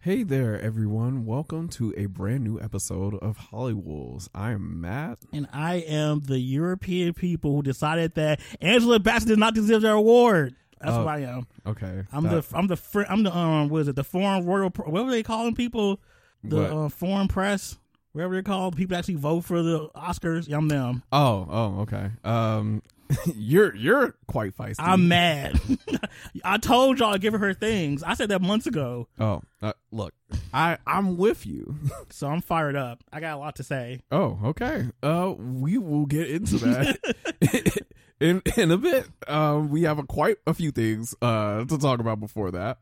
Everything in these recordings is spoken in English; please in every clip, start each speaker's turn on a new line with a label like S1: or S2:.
S1: Hey there, everyone. Welcome to a brand new episode of Hollywools. I am Matt.
S2: and I am the European people who decided that Angela Bassett did not deserve their award. That's
S1: Oh,
S2: what I am.
S1: Okay.
S2: I'm
S1: that-
S2: the I'm the fr- I'm the um what is it the foreign royal pr- whatever they calling people the
S1: What?
S2: uh, foreign press whatever they're called people that actually vote for the Oscars. I'm them.
S1: Oh, oh, okay. Um, you're you're quite feisty.
S2: I'm mad. I told y'all to give her her things. I said that months ago,
S1: Oh, uh, look, I I'm with you.
S2: so I'm fired up. I got a lot to say.
S1: Oh, okay. Uh, we will get into that in in a bit. Um, we have a, quite a few things uh to talk about before that.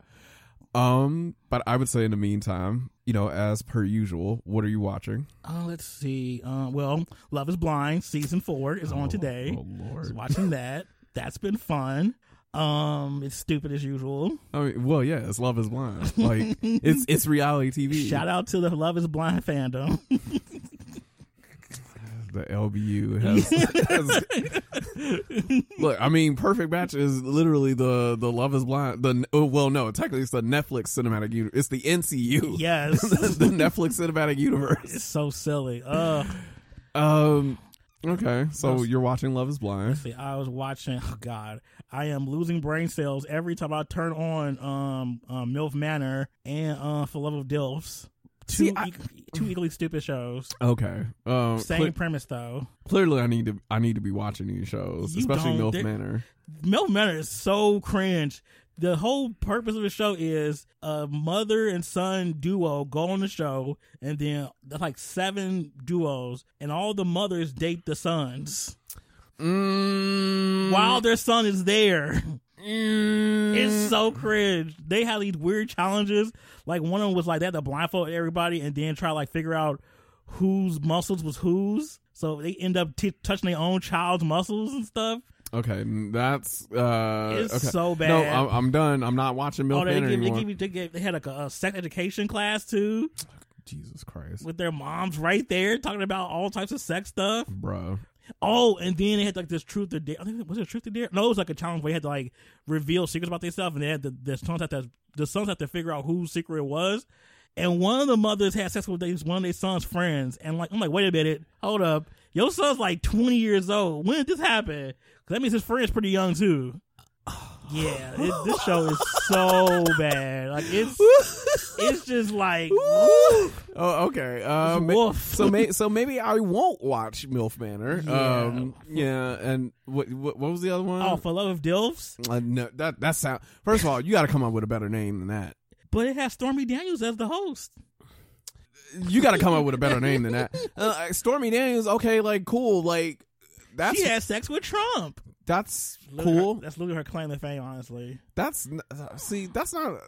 S1: Um, but I would say in the meantime, you know, as per usual, what are you watching?
S2: Uh, let's see. Uh, well, Love Is Blind season four is
S1: Oh,
S2: on today.
S1: Oh
S2: was
S1: Lord.
S2: watching that. That's been fun. Um, it's stupid as usual.
S1: I mean, well, yeah, it's Love Is Blind. Like it's it's reality TV.
S2: Shout out to the Love Is Blind fandom.
S1: The LBU has. has- look, I mean, Perfect Match is literally the the Love Is Blind. The oh, well, no, technically it's the Netflix cinematic universe. It's the NCU.
S2: yes,
S1: the Netflix cinematic universe.
S2: it's so silly. Ugh.
S1: Um. Okay, so you're watching Love Is Blind.
S2: See, I was watching. Oh God, I am losing brain cells every time I turn on um, um MILF Manor and uh, For Love of Dilfs. Two
S1: See, I-
S2: eq- two equally stupid shows.
S1: Okay. Um.
S2: Same
S1: cle-
S2: premise though.
S1: clearly, I need to I need to be watching these shows,
S2: You
S1: especially
S2: don't.
S1: Milf
S2: They-
S1: Manor.
S2: Milk Manor is so cringe. The whole purpose of the show is a mother and son duo go on the show, and then there's like seven duos, and all the mothers date the sons
S1: Mm,
S2: while their son is there.
S1: Mm.
S2: It's so cringe. They had these weird challenges. Like one of them was like they had to blindfold everybody and then try to like figure out whose muscles was whose. So they end up t- touching their own child's muscles and stuff.
S1: Okay, n- that's uh.
S2: It's
S1: okay.
S2: so bad.
S1: No, I'm, I'm done. I'm not watching Milf
S2: Oh, they
S1: Manor
S2: give, they
S1: anymore.
S2: give you, they, gave, they had like a, a sex education class too,
S1: Jesus Christ,
S2: with their moms right there talking about all types of sex stuff.
S1: bro.
S2: Oh, and then they had like this truth or dare. I think it- was it truth or dare? No, it was like a challenge where you had to like reveal secrets about themselves, and they had the the sons had to the sons had to figure out whose secret it was. And one of the mothers had sex with they- one of their son's friends, and like I'm like, wait a minute, hold up, your son's like 20 years old. When did this happen? 'Cause that means his friend's pretty young too. Yeah, it, this show is so bad. Like it's it's just like
S1: oh, okay. Uh,
S2: It's
S1: ma-
S2: woof.
S1: so may- so maybe I won't watch Milf Manor.
S2: Yeah.
S1: Um, yeah. And what, what what was the other one?
S2: oh, for love of Dilfs.
S1: Uh, no, that that sound. First of all, you got to come up with a better name than that.
S2: But it has Stormy Daniels as the host.
S1: You got to come up with a better name than that. Uh, Stormy Daniels. Okay, like cool. Like that's
S2: She had sex with Trump.
S1: that's
S2: Literally
S1: cool.
S2: her- that's literally her claim to fame, honestly.
S1: That's n- uh, see. That's not.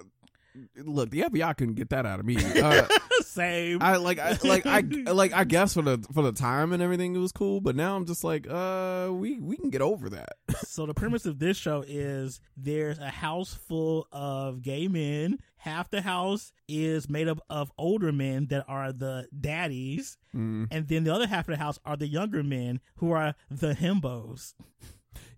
S1: Look, the FBI couldn't get that out of me. Uh,
S2: Same.
S1: I like, I, like, I like, I guess for the for the time and everything, it was cool. But now I'm just like, uh, we we can get over that.
S2: so the premise of this show is there's a house full of gay men. Half the house is made up of older men that are the daddies,
S1: Mm.
S2: and then the other half of the house are the younger men who are the himbos.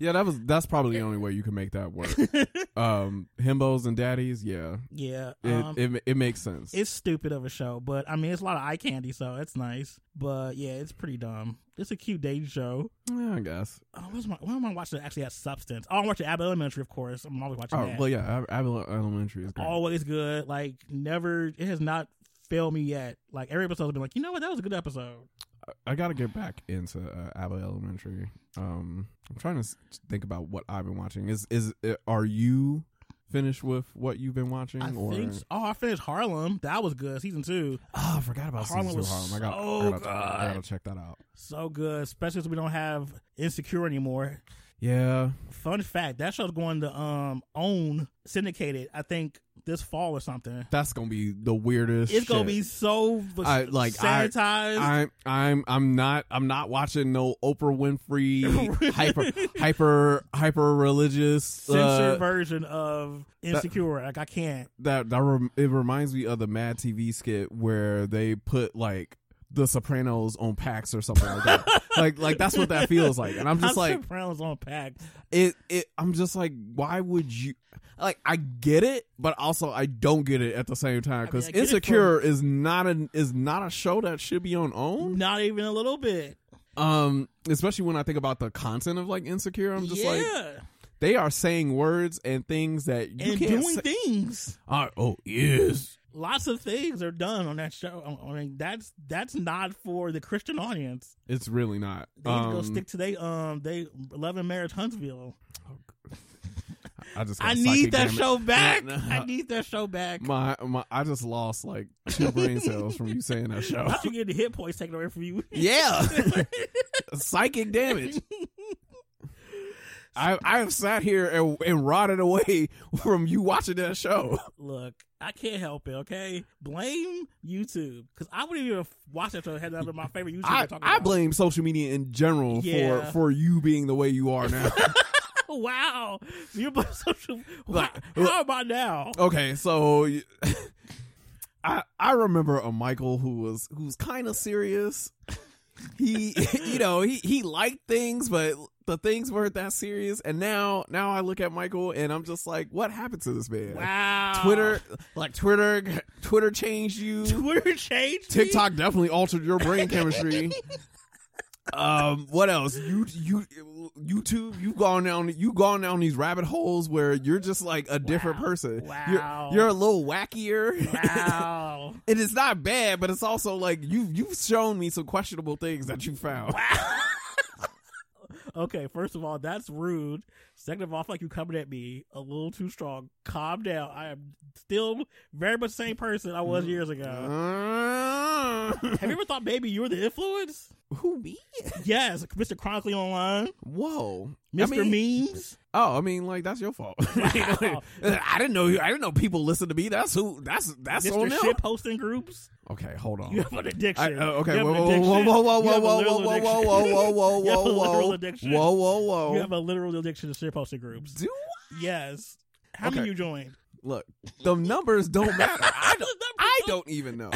S1: Yeah, that was that's probably the only way you can make that work. um, himbos and daddies. Yeah,
S2: Yeah.
S1: it
S2: um,
S1: it, it makes sense.
S2: it's stupid of a show, but I mean, it's a lot of eye candy, so it's nice. But yeah, it's pretty dumb. It's a cute dating show.
S1: Yeah, I guess.
S2: Oh, what's my, what am I watching that actually has substance? Oh, I'm watching Abbott Elementary, of course. I'm always watching
S1: Oh
S2: that.
S1: well, yeah. Ab- Abbott Elementary is great.
S2: always good. Like never, it has not failed me yet. Like every episode has been like, you know what, that was a good episode.
S1: I got to get back into uh, Abbott Elementary. Um, I'm trying to s- think about what I've been watching. Is is uh, are you finished with what you've been watching?
S2: I
S1: or
S2: think. so. Oh, I finished Harlem. That was good. Season two,
S1: oh, I forgot about
S2: Harlem
S1: season two
S2: was
S1: Harlem. I got
S2: so
S1: I gotta, I
S2: good.
S1: gotta check that out.
S2: so good. Especially since we don't have Insecure anymore.
S1: Yeah,
S2: Fun fact: that show's going to um own syndicated. I think this fall or something.
S1: that's gonna be the weirdest.
S2: It's gonna
S1: shit.
S2: be so
S1: I- like,
S2: like
S1: I-
S2: sanitized.
S1: I'm I'm I'm not I'm not watching no Oprah Winfrey hyper hyper hyper religious
S2: Censored
S1: uh,
S2: version of Insecure. like I can't.
S1: that that rem- it reminds me of the Mad TV skit where they put like The Sopranos on PAX or something like that. like like that's what that feels like. And I'm just like
S2: Sopranos on packs.
S1: it it I'm just like why would you like I get it, but also I don't get it at the same time
S2: I
S1: because
S2: get it
S1: Insecure is not an is not a show that should be on own.
S2: Not even a little bit.
S1: Um, especially when I think about the content of like Insecure, I'm just
S2: yeah,
S1: like they are saying words and things that you
S2: and
S1: can't
S2: doing
S1: say.
S2: things.
S1: Uh, oh yes,
S2: Lots of things are done on that show. I mean, that's that's not for the Christian audience.
S1: it's really not.
S2: They need to go
S1: Um,
S2: stick to they um they love and marriage Huntsville.
S1: I just got
S2: I
S1: psychic
S2: need that
S1: damage.
S2: show back.
S1: Nah, nah.
S2: I need that show back.
S1: My my, I just lost like two brain cells from you saying that show.
S2: you get the hit points taken away from you.
S1: Yeah. Psychic damage. I I have sat here and, and rotted away from you watching that show.
S2: Look, I can't help it. Okay, blame YouTube because I wouldn't even watch that show had that been my favorite YouTube.
S1: I,
S2: talking
S1: I
S2: about.
S1: blame social media in general
S2: Yeah.
S1: for for you being the way you are now.
S2: Wow, you're about social. Wow.
S1: Like,
S2: How about now?
S1: okay, so y- I I remember a Michael who was who's kind of serious. He you know, he he liked things but the things weren't that serious and now now I look at Michael and I'm just like what happened to this man?
S2: Wow,
S1: Twitter, like Twitter, Twitter changed you.
S2: Twitter changed me?
S1: TikTok definitely altered your brain chemistry. um, what else? You, you, YouTube. You gone down. You gone down these rabbit holes where you're just like a different
S2: Wow.
S1: person.
S2: Wow.
S1: You're, you're a little wackier.
S2: Wow,
S1: and it's not bad, but it's also like you you've shown me some questionable things that you found.
S2: wow. okay, first of all, that's rude. Second of all, I feel like you coming at me a little too strong. Calm down. I am still very much the same person I
S1: Mm.
S2: was years ago. Have you ever thought maybe you were the influence?
S1: Who me?
S2: Yes, Mr. Chronically Online,
S1: Whoa, I
S2: Mr.
S1: mean-
S2: Memes.
S1: Oh, I mean, like that's your fault. I didn't know. I didn't know people listen to me. That's who. That's that's on
S2: Mr.
S1: them.
S2: Shit posting groups.
S1: Okay, hold on.
S2: You have an
S1: I,
S2: addiction.
S1: uh, okay,
S2: You have
S1: whoa,
S2: an
S1: whoa,
S2: addiction.
S1: whoa, whoa, whoa,
S2: You have a
S1: whoa, whoa,
S2: literal
S1: whoa, whoa,
S2: addiction.
S1: whoa, whoa, whoa,
S2: You
S1: whoa, whoa, whoa, whoa, whoa.
S2: have a literal addiction. You have a literal addiction to shit posting groups.
S1: Do
S2: Yes. How many
S1: Okay.
S2: you joined?
S1: look, the numbers don't matter. I don't.
S2: That
S1: I
S2: number-
S1: don't even know.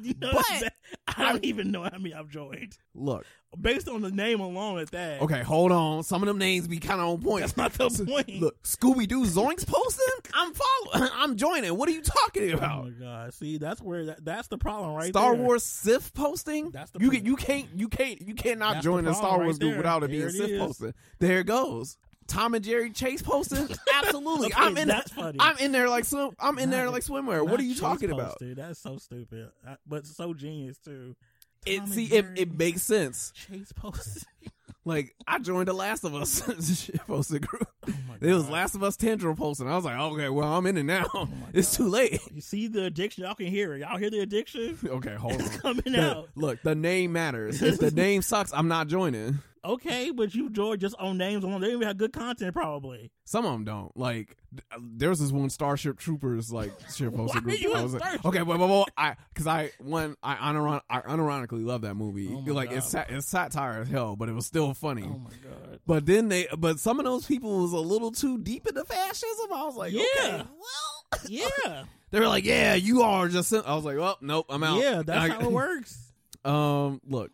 S2: You know,
S1: but-
S2: that- I don't even know how many I've joined.
S1: Look,
S2: Based on the name alone, at that.
S1: okay, hold on. Some of them names be kind of on point.
S2: That's not the
S1: So,
S2: point.
S1: Look, Scooby Doo Zoinks posting. I'm following. I'm joining. What are you talking
S2: Oh
S1: about?
S2: my god! See, that's where that, that's the problem, right?
S1: Star
S2: there.
S1: Wars Sith posting.
S2: That's the
S1: you can,
S2: problem.
S1: you can't you can't you cannot
S2: That's
S1: join
S2: the
S1: a Star
S2: problem
S1: Wars
S2: right
S1: group
S2: there.
S1: without it being
S2: There it
S1: Sith
S2: is.
S1: posting. There it goes. Tom and Jerry Chase posting. Absolutely,
S2: Okay,
S1: I'm in.
S2: that's funny.
S1: I'm in there like swim. I'm in
S2: Not-
S1: there like swimwear. What
S2: Not
S1: are you
S2: Chase
S1: talking about?
S2: Posted. That's so stupid, I, but so genius too. Tom
S1: It
S2: and
S1: see it,
S2: Jerry.
S1: it makes sense.
S2: Chase posted.
S1: Like I joined the Last of Us shit posting group.
S2: Oh my
S1: It was
S2: God. Oh
S1: Last of Us tendril posting. I was like, okay, well I'm in it now.
S2: my
S1: it's too late.
S2: You see the addiction? Y'all can hear it. Y'all hear the addiction
S1: Okay, hold on.
S2: coming
S1: The-
S2: out.
S1: look, the name matters. If the name sucks, I'm not joining.
S2: Okay, but you joined just on names alone. They don't even have good content, probably.
S1: Some of them don't. Like th- there's this one Starship Troopers like ship
S2: Why
S1: posted
S2: are
S1: group.
S2: you
S1: I
S2: in
S1: was like,
S2: Starship?
S1: okay, wait, wait, wait. I because I one I uniron- I unironically love that movie.
S2: Oh my
S1: like it's
S2: God.
S1: sat, it's satire as hell, but it was still funny.
S2: Oh my god!
S1: But then they but some of those people was a little too deep into fascism. I was like,
S2: Yeah.
S1: okay, well,
S2: Yeah,
S1: they were like, yeah, you are just. I was like, well, nope, I'm out.
S2: yeah. That's
S1: I-
S2: how it works.
S1: Um, look,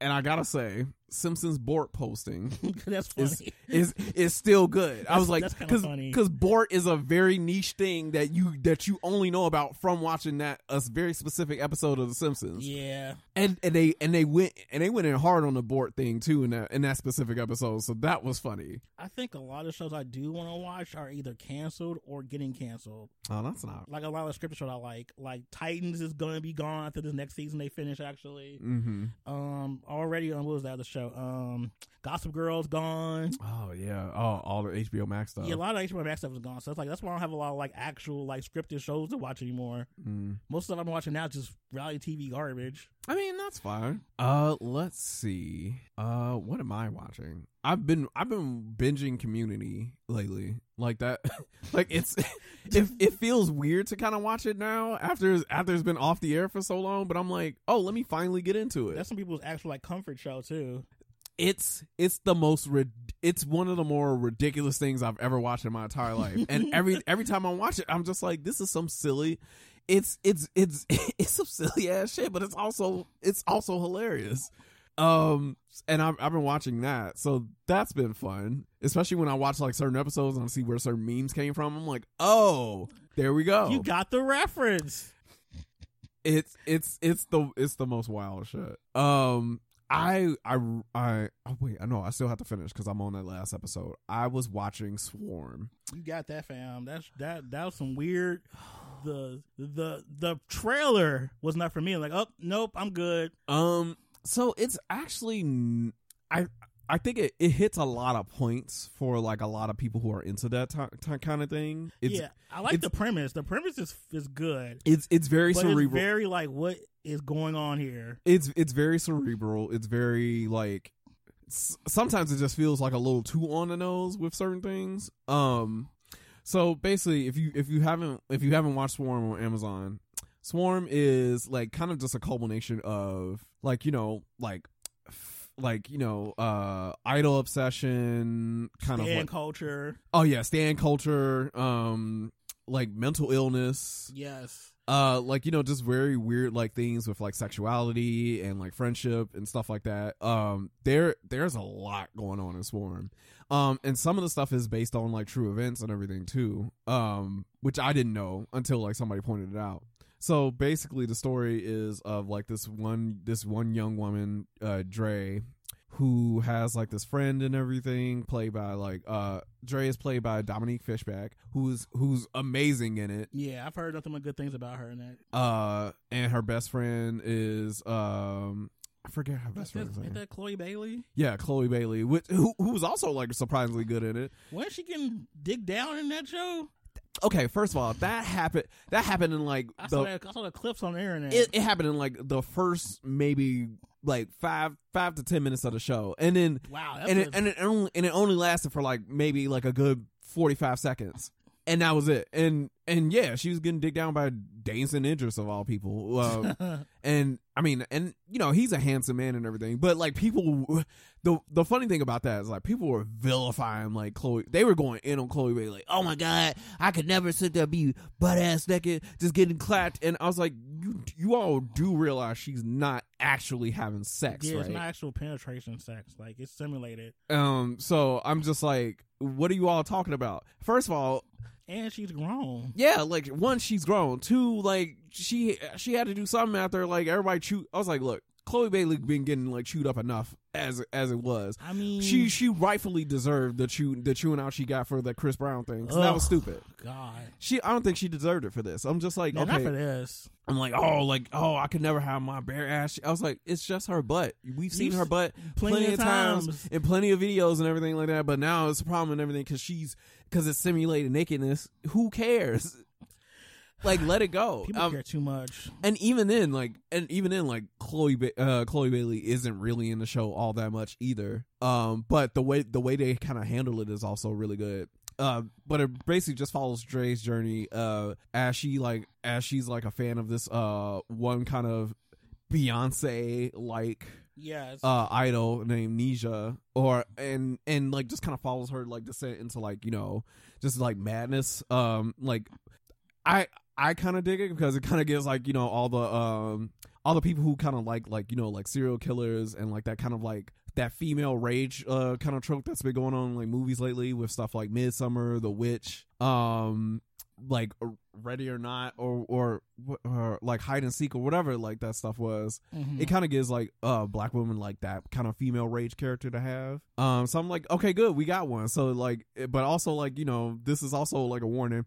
S1: and I gotta say, Simpsons Bort posting
S2: that's funny.
S1: is is is still good. I was like,
S2: that's kinda
S1: because
S2: funny.
S1: because Bort is a very niche thing that you that you only know about from watching that a very specific episode of The Simpsons.
S2: yeah,
S1: And and they and they went and they went in hard on the Bort thing too in that in that specific episode. So that was funny.
S2: I think a lot of shows I do want to watch are either canceled or getting canceled.
S1: Oh, that's not.
S2: Like a lot of scripture shows I like, like Titans is gonna be gone after this next season they finish. Actually,
S1: Mm-hmm.
S2: um, already on what was that other show? Um, Gossip Girl's gone.
S1: Oh yeah. Oh, all the HBO Max stuff.
S2: Yeah, a lot of HBO Max stuff is gone. So it's like that's why I don't have a lot of like actual like scripted shows to watch anymore.
S1: Mm.
S2: Most of stuff I'm watching now is just reality TV garbage.
S1: I mean, that's fine. Uh, let's see. Uh, what am I watching? I've been I've been binging Community lately. Like that. like it's it, it feels weird to kind of watch it now after after it's been off the air for so long. But I'm like, oh, let me finally get into it.
S2: That's some people's actual like comfort show too.
S1: it's it's the most rid- it's one of the more ridiculous things I've ever watched in my entire life. And every every time I watch it, I'm just like, this is some silly. It's it's it's it's some silly ass shit, but it's also it's also hilarious. Um, and I've I've been watching that, so that's been fun. Especially when I watch like certain episodes and I see where certain memes came from. I'm like, oh, there we go.
S2: You got the reference.
S1: it's it's it's the it's the most wild shit. Um, I I I oh, wait. I know I still have to finish because I'm on that last episode. I was watching Swarm.
S2: You got that, fam. That's that. That was some weird. The the the trailer was not for me. Like, oh nope, I'm good.
S1: Um, so it's actually n- I I think it, it hits a lot of points for like a lot of people who are into that ti ti- kind of thing. It's
S2: yeah, I like
S1: it's-
S2: the premise. The premise is is good,
S1: it's it's very
S2: but
S1: cerebral.
S2: it's very like what is going on here.
S1: it's it's very cerebral. It's very like s- sometimes it just feels like a little too on the nose with certain things. Um, so basically, if you if you haven't if you haven't watched Swarm on Amazon, Swarm is like kind of just a culmination of like you know like f- like you know uh idol obsession kind of
S2: Fan
S1: like,
S2: culture,
S1: oh yeah stan culture um like mental illness
S2: yes.
S1: uh like you know just very weird like things with like sexuality and like friendship and stuff like that um there there's a lot going on in swarm um and some of the stuff is based on like true events and everything too um which i didn't know until like somebody pointed it out so basically the story is of like this one this one young woman uh dre who has like this friend and everything played by like uh dre is played by dominique fishback who's who's amazing in it
S2: Yeah, I've heard nothing but good things about her. And that
S1: uh and her best friend is um I forget her best
S2: that's,
S1: friend's
S2: ain't
S1: name.
S2: that Chloe Bailey.
S1: Yeah, Chloe Bailey, which who who was also like surprisingly good in it.
S2: When she getting dig down in that show,
S1: Okay, first of all, that happened that happened in like
S2: I saw
S1: the
S2: that, I saw the clips on the internet.
S1: it, it happened in like the first maybe like five five to ten minutes of the show. And then
S2: wow, that's
S1: and it, and it only and it only lasted for like maybe like a good forty five seconds, and that was it. And and yeah, she was getting digged down by Dancing Idris of all people. Uh, and I mean, and you know, he's a handsome man and everything, but like people, the the funny thing about that is like people were vilifying like Chloe. They were going in on Chloe Bailey, like, oh my god, I could never sit there and be butt ass naked, just getting clapped. And I was like, you you all do realize she's not actually having sex,
S2: yeah,
S1: right?
S2: it's not actual penetration sex. Like it's simulated,
S1: Um, so I'm just like, what are you all talking about? First of all,
S2: and she's grown.
S1: yeah, like one, she's grown. Two, like she she had to do something after like everybody chew. I was like, look, Chloe Bailey been getting like chewed up enough as as it was.
S2: I mean,
S1: She she rightfully deserved the chew the chewing out she got for the Chris Brown thing. 'cause that was
S2: Ugh.
S1: stupid.
S2: God,
S1: She I don't think she deserved it for this. I'm just like
S2: Now, not for
S1: okay.
S2: this.
S1: I'm like oh like oh I could never have my bare ass. I was like it's just her butt. We've seen
S2: You've
S1: her
S2: s-
S1: butt plenty, of times, and plenty of videos and everything like that. But now it's a problem and everything because she's because it's simulated nakedness. Who cares? Like, let it go.
S2: People
S1: Um,
S2: care too much.
S1: and even then, like, and even then, like, Chloe, ba- uh, Chloe Bailey isn't really in the show all that much either. Um, but the way the way they kind of handle it is also really good. Uh, but it basically just follows Dre's journey. Uh, as she like as she's like a fan of this uh one kind of Beyonce like
S2: Yes.
S1: uh idol named Nisha or and and like just kind of follows her like descent into like you know just like madness um like I I kind of dig it because it kind of gives like you know all the um all the people who kind of like like you know like serial killers and like that kind of like that female rage uh kind of trope that's been going on in like movies lately with stuff like Midsummer, The Witch, um like Ready or Not or or, or like Hide and Seek or whatever like that stuff was
S2: Mhm.
S1: it kind of gives like uh black women like that kind of female rage character to have um so i'm like okay good we got one so like it- but also like you know this is also like a warning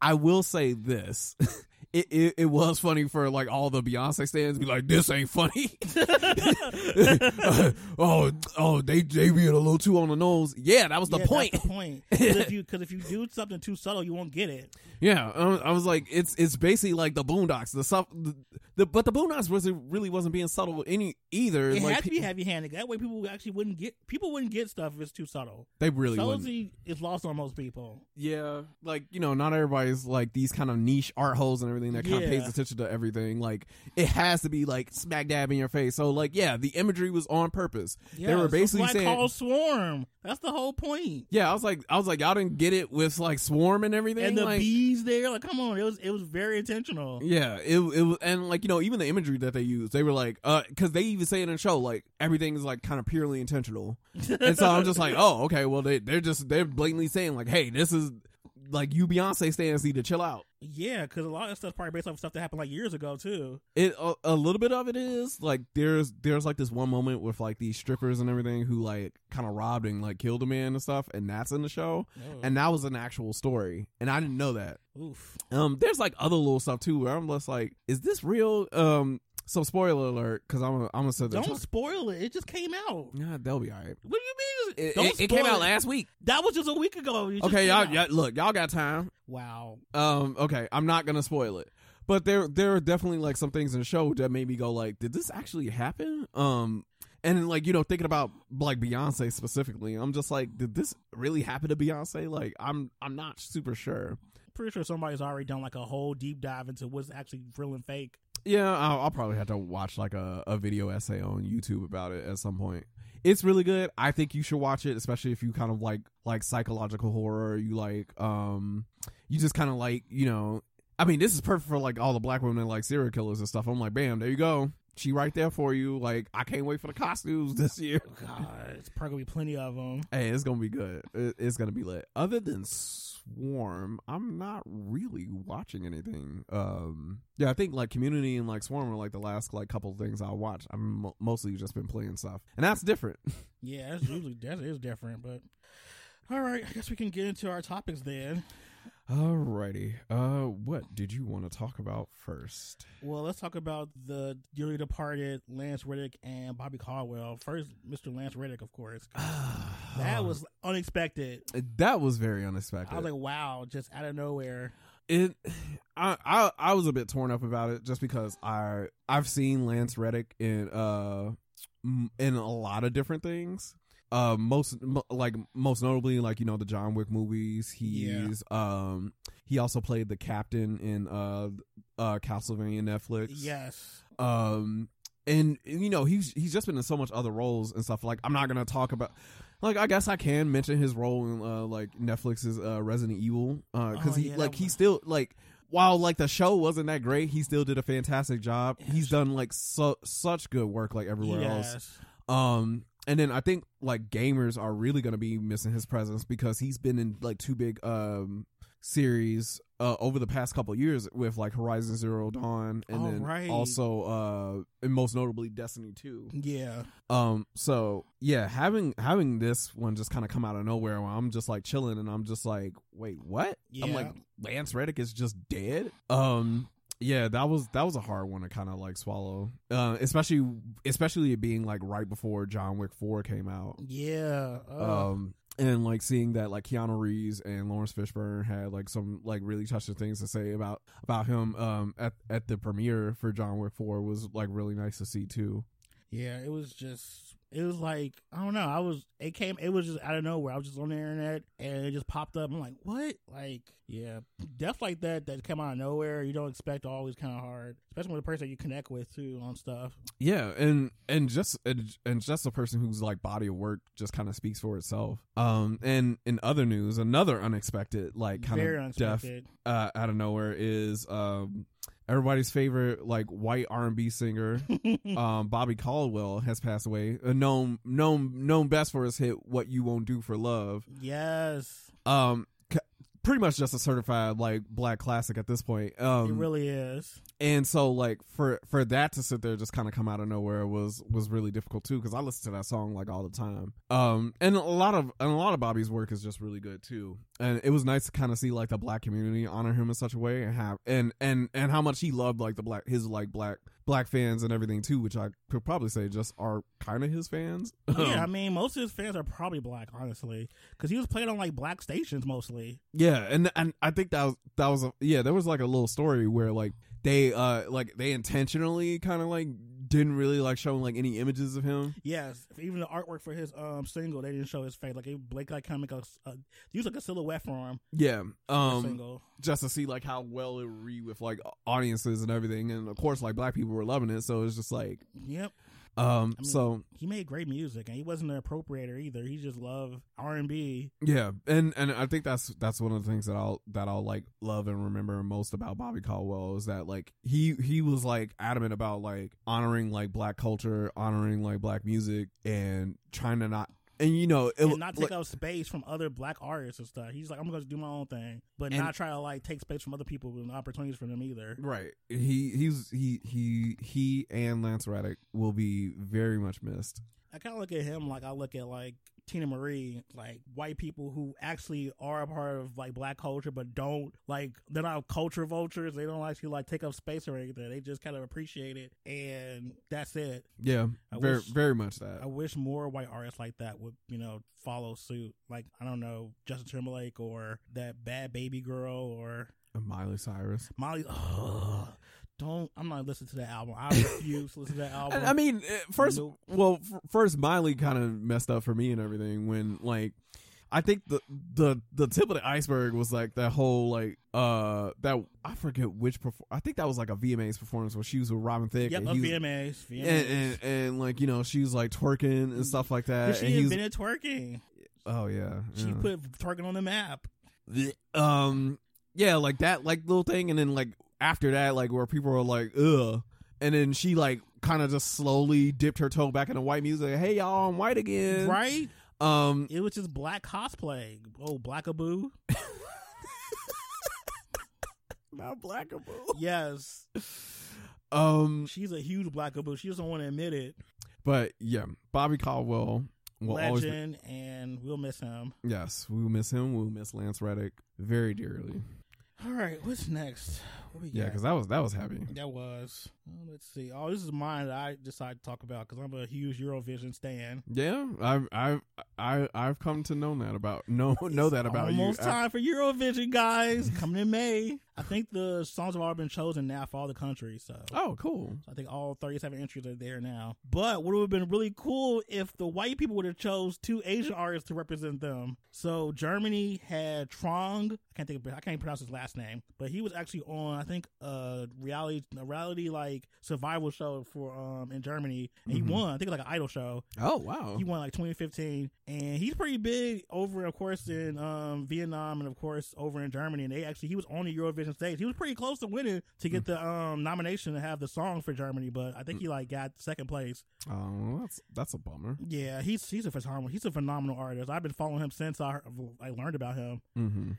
S1: i will say this It, it, it was funny for like all the Beyonce stands be like this ain't funny. oh oh they they being a little too on the nose. Yeah, that was the
S2: Yeah, that's
S1: point.
S2: the point. Because if you because if you do something too subtle, you won't get it.
S1: Yeah, I, I was like, it's it's basically like the Boondocks. The stuff, the, the but the Boondocks wasn't really wasn't being subtle any either.
S2: It
S1: like
S2: has to
S1: pe-
S2: be heavy handed. That way, people actually wouldn't get people wouldn't get stuff if it's too subtle.
S1: they really wasn't.
S2: Subtlety is lost on most people.
S1: Yeah, like you know, not everybody's like these kind of niche art holes and everything everything that kind of
S2: Yeah.
S1: pays attention to everything. Like it has to be like smack dab in your face. So like yeah, the imagery was on purpose. they were basically
S2: like
S1: saying
S2: call swarm. That's the whole point.
S1: yeah, I was like I was like y'all didn't get it with like swarm and everything.
S2: And the
S1: like,
S2: bees there, like come on, it was it was very intentional.
S1: Yeah, it it was- and like you know even the imagery that they used, they were like uh because they even say it in the show like everything is like kind of purely intentional. and so I'm just like, oh, okay. Well, they they're just they're blatantly saying like, hey, this is like you Beyonce stands need to chill out.
S2: yeah, because a lot of that stuff's probably based off stuff that happened like years ago too.
S1: It a, a little bit of it is like there's there's like this one moment with like these strippers and everything who like kind of robbed and like killed a man and stuff, and that's in the show, and that was an actual story, and I didn't know that.
S2: Oh, Oof.
S1: Um, there's like other little stuff too where I'm just like, is this real? Um, so spoiler alert because I'm i I'm gonna say that.
S2: Don't spoil it. It just came out.
S1: Nah, they'll be alright.
S2: What do you mean?
S1: It,
S2: Don't
S1: it- it came
S2: spoil
S1: out last week.
S2: That was just a week ago. It just
S1: Okay,
S2: came
S1: y'all,
S2: out.
S1: y'all look, y'all got time.
S2: Wow.
S1: Um, okay, I'm not gonna spoil it, but there there are definitely like some things in the show that made me go like, did this actually happen? Um, and like you know thinking about like Beyonce specifically, I'm just like, did this really happen to Beyonce? Like, I'm I'm not super sure.
S2: Pretty sure somebody's already done like a whole deep dive into what's actually real and fake.
S1: Yeah, I'll, I'll probably have to watch like a, a video essay on YouTube about it at some point. It's really good. I think you should watch it, especially if you kind of like like psychological horror. You like um, you just kind of like you know. I mean, this is perfect for like all the black women that like serial killers and stuff. I'm like, bam, there you go. She right there for you. Like, I can't wait for the costumes this year.
S2: God, it's probably gonna be plenty of them.
S1: Hey, it's gonna be good. It- It's gonna be lit. Other than Swarm, I'm not really watching anything. Um, yeah, I think like Community and like Swarm are like the last like couple things I watched. I've mo- mostly just been playing stuff, and that's different.
S2: Yeah, that's usually that is different, but all right. I guess we can get into our topics then.
S1: Alrighty, uh, what did you want to talk about first?
S2: Well, let's talk about the dearly departed Lance Reddick and Bobby Caldwell. First, Mr. Lance Reddick, of course. That was unexpected.
S1: that was very unexpected.
S2: I was like, wow, just out of nowhere.
S1: it I, I I was a bit torn up about it just because I I've seen Lance Reddick in uh m- in a lot of different things. Uh, most mo- like most notably like you know the John Wick movies. He's um he also played the captain in uh uh Castlevania Netflix.
S2: Yes.
S1: Um and you know he's he's just been in so much other roles and stuff. Like I'm not gonna talk about. Like I guess I can mention his role in uh, like Netflix's uh, Resident Evil because
S2: Oh,
S1: he
S2: yeah,
S1: like
S2: that
S1: he
S2: one.
S1: still like while like the show wasn't that great he still did a fantastic job.
S2: Yeah,
S1: He's done like so such good work like everywhere else.
S2: Yes.
S1: Um and then I think like gamers are really gonna be missing his presence because he's been in like two big um series uh over the past couple years with like Horizon Zero Dawn and
S2: Oh,
S1: then
S2: right.
S1: also uh and most notably Destiny Two.
S2: Yeah.
S1: Um so yeah, having having this one just kinda come out of nowhere where I'm just like chilling and I'm just like, wait, what? I'm
S2: Yeah.
S1: like Lance Reddick is just dead. Um yeah, that was that was a hard one to kind of like swallow. Uh especially especially it being like right before John Wick 4 came out.
S2: Yeah. Uh,
S1: Um and like seeing that like Keanu Reeves and Lawrence Fishburne had like some like really touching things to say about about him um at at the premiere for John Wick 4 was like really nice to see too.
S2: yeah, it was just it was like I don't know. I was it came it was just out of nowhere. I was just on the internet and it just popped up. I'm like, what? Like, yeah, death like that that come out of nowhere. You don't expect. Always kind of hard, especially with a person you connect with too on stuff.
S1: Yeah, and and just and, and just a person whose like body of work just kind of speaks for itself. Um, and in other news, another unexpected like kind
S2: Very
S1: of death
S2: unexpected.
S1: uh, out of nowhere is um everybody's favorite like white R and B singer um Bobby Caldwell has passed away. Uh, known known known best for his hit "What You Won't Do for Love."
S2: yes,
S1: Um, c- pretty much just a certified like black classic at this point. Um,
S2: it really is.
S1: and so like for for that to sit there just kind of come out of nowhere was was really difficult too because i listen to that song like all the time um and a lot of and a lot of bobby's work is just really good too and it was nice to kind of see like the black community honor him in such a way and have and and and how much he loved like the black his like black black fans and everything too which i could probably say just are kind of his fans
S2: yeah, I
S1: um,
S2: mean, most of his fans are probably black, honestly, because he was played on like black stations mostly.
S1: Yeah, and and I think that was that was a, yeah, there was like a little story where like they uh like they intentionally kind of like didn't really like showing like any images of him.
S2: Yes, even the artwork for his um single, they didn't show his face. Like it, Blake like kind of make a, a use like a silhouette for him.
S1: Yeah.
S2: for his
S1: Um
S2: single.
S1: just to see like how well it would read with like audiences and everything. And of course like black people were loving it, so it's just like
S2: Yep,
S1: um
S2: I mean-
S1: so
S2: he made great music, and he wasn't an appropriator either. He just loved R and B.
S1: yeah. And and I think that's that's one of the things that I'll that I'll like love and remember most about Bobby Caldwell is that like he he was like adamant about like honoring like black culture, honoring like black music and trying to not and you know it
S2: And not take
S1: like,
S2: up space from other black artists and stuff. He's like, I'm going to do my own thing, but
S1: And-
S2: not try to like take space from other people and opportunities for them either.
S1: Right. He he's he he he and Lance Reddick will be very much missed.
S2: I kind of look at him like I look at like Tina Marie, like white people who actually are a part of like black culture, but don't like they're not culture vultures. They don't actually like take up space or anything. They just kind of appreciate it, and that's it.
S1: Yeah.
S2: I
S1: very
S2: wish-
S1: very much that.
S2: I wish more white artists like that would you know follow suit. Like I don't know Justin Timberlake or that bad baby girl or
S1: And Miley Cyrus.
S2: Molly. Ugh, don't I'm not listening to that album. I refuse to listen to that album.
S1: I, I mean, eh, first
S2: Nope.
S1: well, f- first Miley kind of messed up for me and everything when like I think the the the tip of the iceberg was like that whole like uh that I forget which perform I think that was like a VMAs performance where she was with Robin Thicke
S2: yep,
S1: and,
S2: uh,
S1: he was-
S2: VMAs, VMAs.
S1: and, and and like you know she was like twerking and stuff like that
S2: Mm. she
S1: Uh, and he was-
S2: invented twerking.
S1: oh yeah
S2: She
S1: yeah.
S2: put twerking on the map.
S1: um yeah like that like little thing and then like after that like where people were like ugh and then she like kind of just slowly dipped her toe back into white music hey y'all i'm white again
S2: Right?
S1: um
S2: It was just black cosplay. Oh, blackaboo.
S1: not blackable
S2: Yes.
S1: um
S2: She's a huge blackaboo. She doesn't want to admit it.
S1: but yeah bobby caldwell will always be-
S2: Legend, and we'll miss him.
S1: yes we will miss him we will miss lance reddick very dearly
S2: All right, what's next? What we
S1: yeah
S2: got?
S1: because that was that was happy
S2: that was. uh, let's see. Oh, this is mine that I decided to talk about because I'm a huge Eurovision stan.
S1: yeah i've i've I, i've come to know that about know know that about
S2: Almost
S1: you
S2: time for Eurovision, guys. Coming in May. I think the songs have already been chosen now for all the countries. So.
S1: oh cool
S2: I think all 37 entries are there now. But what would have been really cool if the white people would have chose two Asian artists to represent them. So Germany had Trong. I can't think. Of, I can't even pronounce his last name. But he was actually on. I think a reality, a reality like survival show for um in Germany, and
S1: Mhm.
S2: he won. I think it was like an idol show.
S1: oh wow
S2: He won like 2015, and he's pretty big over, of course, in um Vietnam, and of course over in Germany. And they actually he was on the Eurovision stage. He was pretty close to winning to get the um nomination to have the song for Germany, but I think he like got second place.
S1: Um, that's that's a bummer.
S2: Yeah, he's he's a phenomenal he's a phenomenal artist. I've been following him since I I learned about him.
S1: Mm-hmm.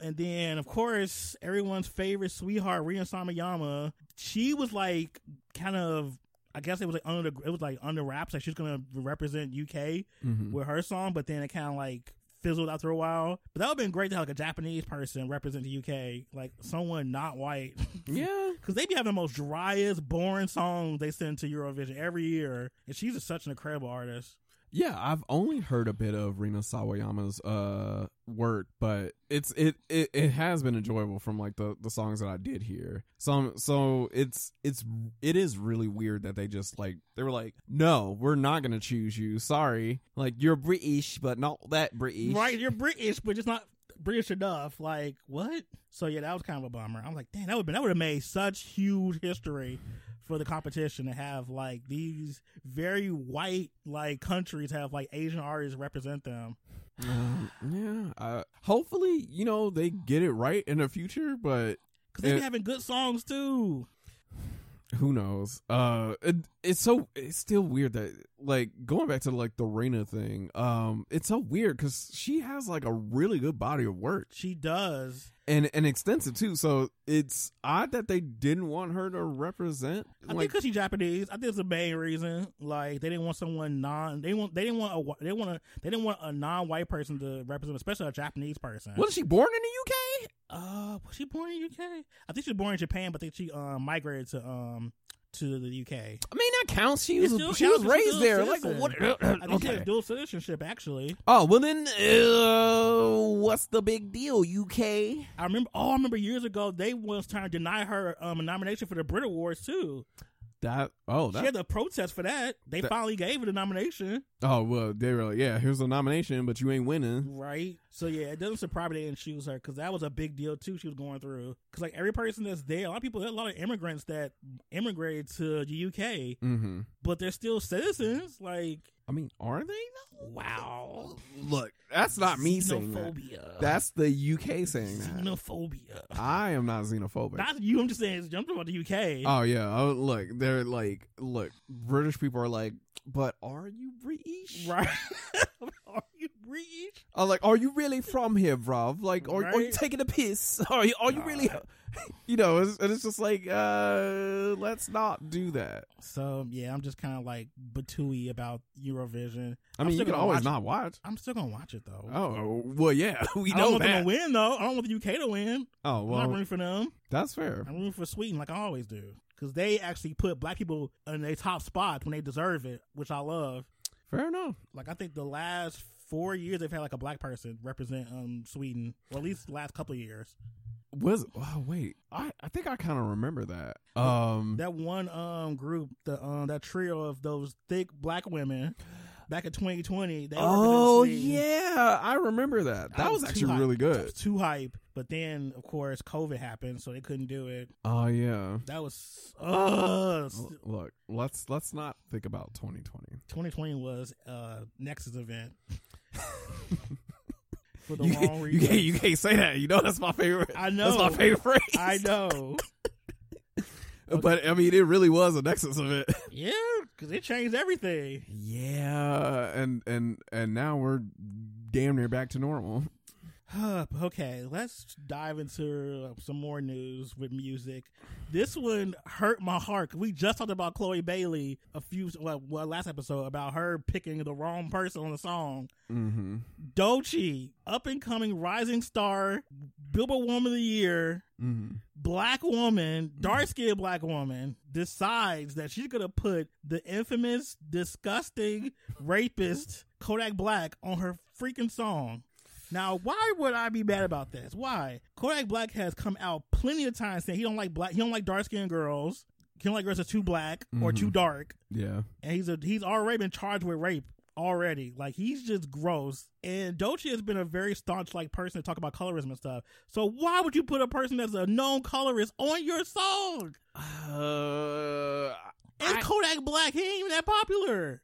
S2: And then, of course, everyone's favorite sweetheart, Rian Samayama, she was like kind of. I guess it was like under the, it was like under wraps like she's gonna represent UK
S1: Mm-hmm.
S2: with her song, but then it kind of like fizzled after a while. But that would have been great to have like a Japanese person represent the UK, like someone not white,
S1: Yeah,
S2: because they be having the most driest, boring songs they send to Eurovision every year, and she's just such an incredible artist.
S1: yeah. I've only heard a bit of Rina Sawayama's uh work, but it's it, it it has been enjoyable from like the the songs that I did hear. So so it's it's it is really weird that they just like they were like, no, we're not gonna choose you. Sorry, like you're British, but not that British.
S2: Right, you're British, but just not British enough. Like what? So yeah, that was kind of a bummer. I'm like, damn, that would that would have made such huge history for the competition to have like these very white like countries have like Asian artists represent them.
S1: Um, yeah. Uh, hopefully, you know they get it right in the future, but
S2: Cause they
S1: Yeah.
S2: be having good songs too.
S1: who knows uh it, it's so it's still weird that like going back to like the Reina thing um it's so weird because she has like a really good body of work
S2: She does.
S1: and and extensive too so it's odd that they didn't want her to represent
S2: I think
S1: like
S2: 'cause she's Japanese. I think it's the main reason. Like they didn't want someone non. They want. They didn't want a. wh- They want a. They didn't want a non-white person to represent, especially a Japanese person.
S1: was she born in the UK
S2: Uh, was she born in UK? I think she was born in Japan, but I think she um migrated to um to the UK.
S1: I mean that counts she was
S2: It still
S1: she was
S2: counts, she's
S1: raised
S2: still a
S1: there
S2: citizen.
S1: like
S2: I
S1: what
S2: think she has
S1: okay
S2: dual citizenship actually.
S1: oh well then uh, what's the big deal UK
S2: I remember. Oh, I remember years ago they once trying to deny her um a nomination for the Brit Awards too.
S1: That oh
S2: she
S1: that
S2: had to protest for that. They
S1: That-
S2: finally gave her the nomination,
S1: oh well they were like yeah here's the nomination but you ain't winning
S2: right? So yeah, it doesn't surprise me they didn't choose her because that was a big deal too. She was going through because like every person that's there, a lot of people, there are a lot of immigrants that immigrated to the UK,
S1: mm-hmm
S2: but they're still citizens. Like
S1: I mean are they
S2: wow,
S1: look that's not me saying that
S2: xenophobia.
S1: that's the UK saying that
S2: xenophobia.
S1: I am not xenophobic
S2: Not you. I'm just saying. it's- I'm talking about the UK.
S1: Oh yeah, oh, look, they're like, look, British people are like, but are you British?
S2: Right? Are you British?
S1: Oh, like, are you really from here, bruv? Like, are, are you
S2: Right.
S1: taking a piss? Are you, are you really? You know, it's, and it's just like, uh, let's not do that.
S2: So yeah, I'm just kind of like batooey about Eurovision.
S1: I
S2: I'm
S1: mean, you
S2: still
S1: can
S2: gonna
S1: always
S2: watch
S1: not watch.
S2: I'm still gonna watch it though.
S1: Oh well, yeah, we
S2: I don't
S1: know
S2: want them
S1: that.
S2: to win though. I don't want the UK to win.
S1: Oh
S2: I'm not
S1: well,
S2: rooting for them.
S1: that's fair.
S2: I'm rooting for Sweden like I always do because they actually put black people in their top spots when they deserve it, which I love.
S1: Fair enough.
S2: Like I think the last four years they've had like a black person represent um Sweden, or at least the last couple of years.
S1: Was oh wait, I I think I kind of remember that. Um,
S2: That one um group, the um that trio of those thick black women back in 2020. They
S1: oh
S2: represented Sweden.
S1: yeah, I remember that.
S2: I
S1: That was
S2: too
S1: actually
S2: hype.
S1: really
S2: I
S1: good.
S2: was too hype, but then of course COVID happened, so they couldn't do it.
S1: Oh yeah.
S2: That was uh,
S1: L- Look, let's let's not think about 2020.
S2: 2020 was uh Nexus event for the
S1: You,
S2: wrong
S1: you,
S2: reason.
S1: can't, you can't say that. You know that's my favorite.
S2: I know.
S1: That's my favorite phrase.
S2: I know.
S1: But I mean, it really was a nexus of it.
S2: yeah, because it changed everything.
S1: Yeah, and and and now we're damn near back to normal.
S2: okay, let's dive into uh, some more news with music. This one hurt my heart. 'cause We just talked about Chloe Bailey a few well, well last episode about her picking the wrong person on the song.
S1: Mm-hmm.
S2: Dochi, up and coming rising star, Billboard Woman of the Year,
S1: Mm-hmm.
S2: black woman, dark skinned black woman, decides that she's gonna put the infamous, disgusting rapist Kodak Black on her freaking song. Now, why would I be mad about this? Why? Kodak Black has come out plenty of times saying he don't like black, he don't like dark skinned girls, he don't like girls that's too black or
S1: Mhm.
S2: too dark
S1: Yeah.
S2: and he's a he's already been charged with rape already. Like he's just gross. And Dolce has been a very staunch like person to talk about colorism and stuff. So why would you put a person that's a known colorist on your song?
S1: Uh.
S2: It's
S1: I-
S2: Kodak Black. He ain't even that popular.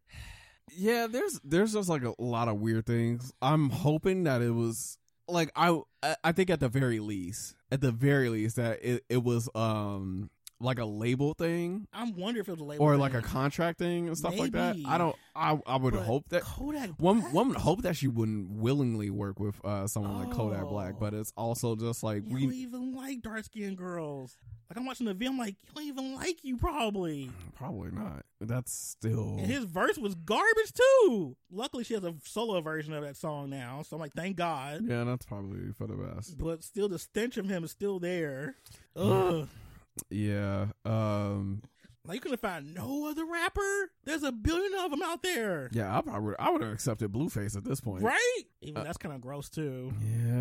S1: Yeah. There's there's just like a lot of weird things. I'm hoping that it was like I I- I think at the very least at the very least that it it was um like a label thing
S2: I'm wondering if it was a label
S1: or like a
S2: thing.
S1: contract thing and stuff like that.
S2: Maybe.
S1: I don't. I I would
S2: But
S1: hope that
S2: Kodak
S1: one
S2: Black?
S1: one would hope that she wouldn't willingly work with uh someone like Kodak Black,
S2: Oh.
S1: but it's also just like
S2: You don't
S1: we
S2: even like dark skinned girls. Like I'm watching the video, I'm like, you don't even like you probably.
S1: probably not. That's still
S2: And his verse was garbage too. Luckily, she has a solo version of that song now, so I'm like, thank God.
S1: yeah. That's probably for the best.
S2: but still the stench of him is still there. Ugh.
S1: Yeah. Um.
S2: Like you couldn't find no other rapper. There's a billion of them out there,
S1: Yeah. I probably would, I would have accepted Blueface at this point.
S2: right? Even
S1: Uh,
S2: that's kind of gross too.
S1: Yeah.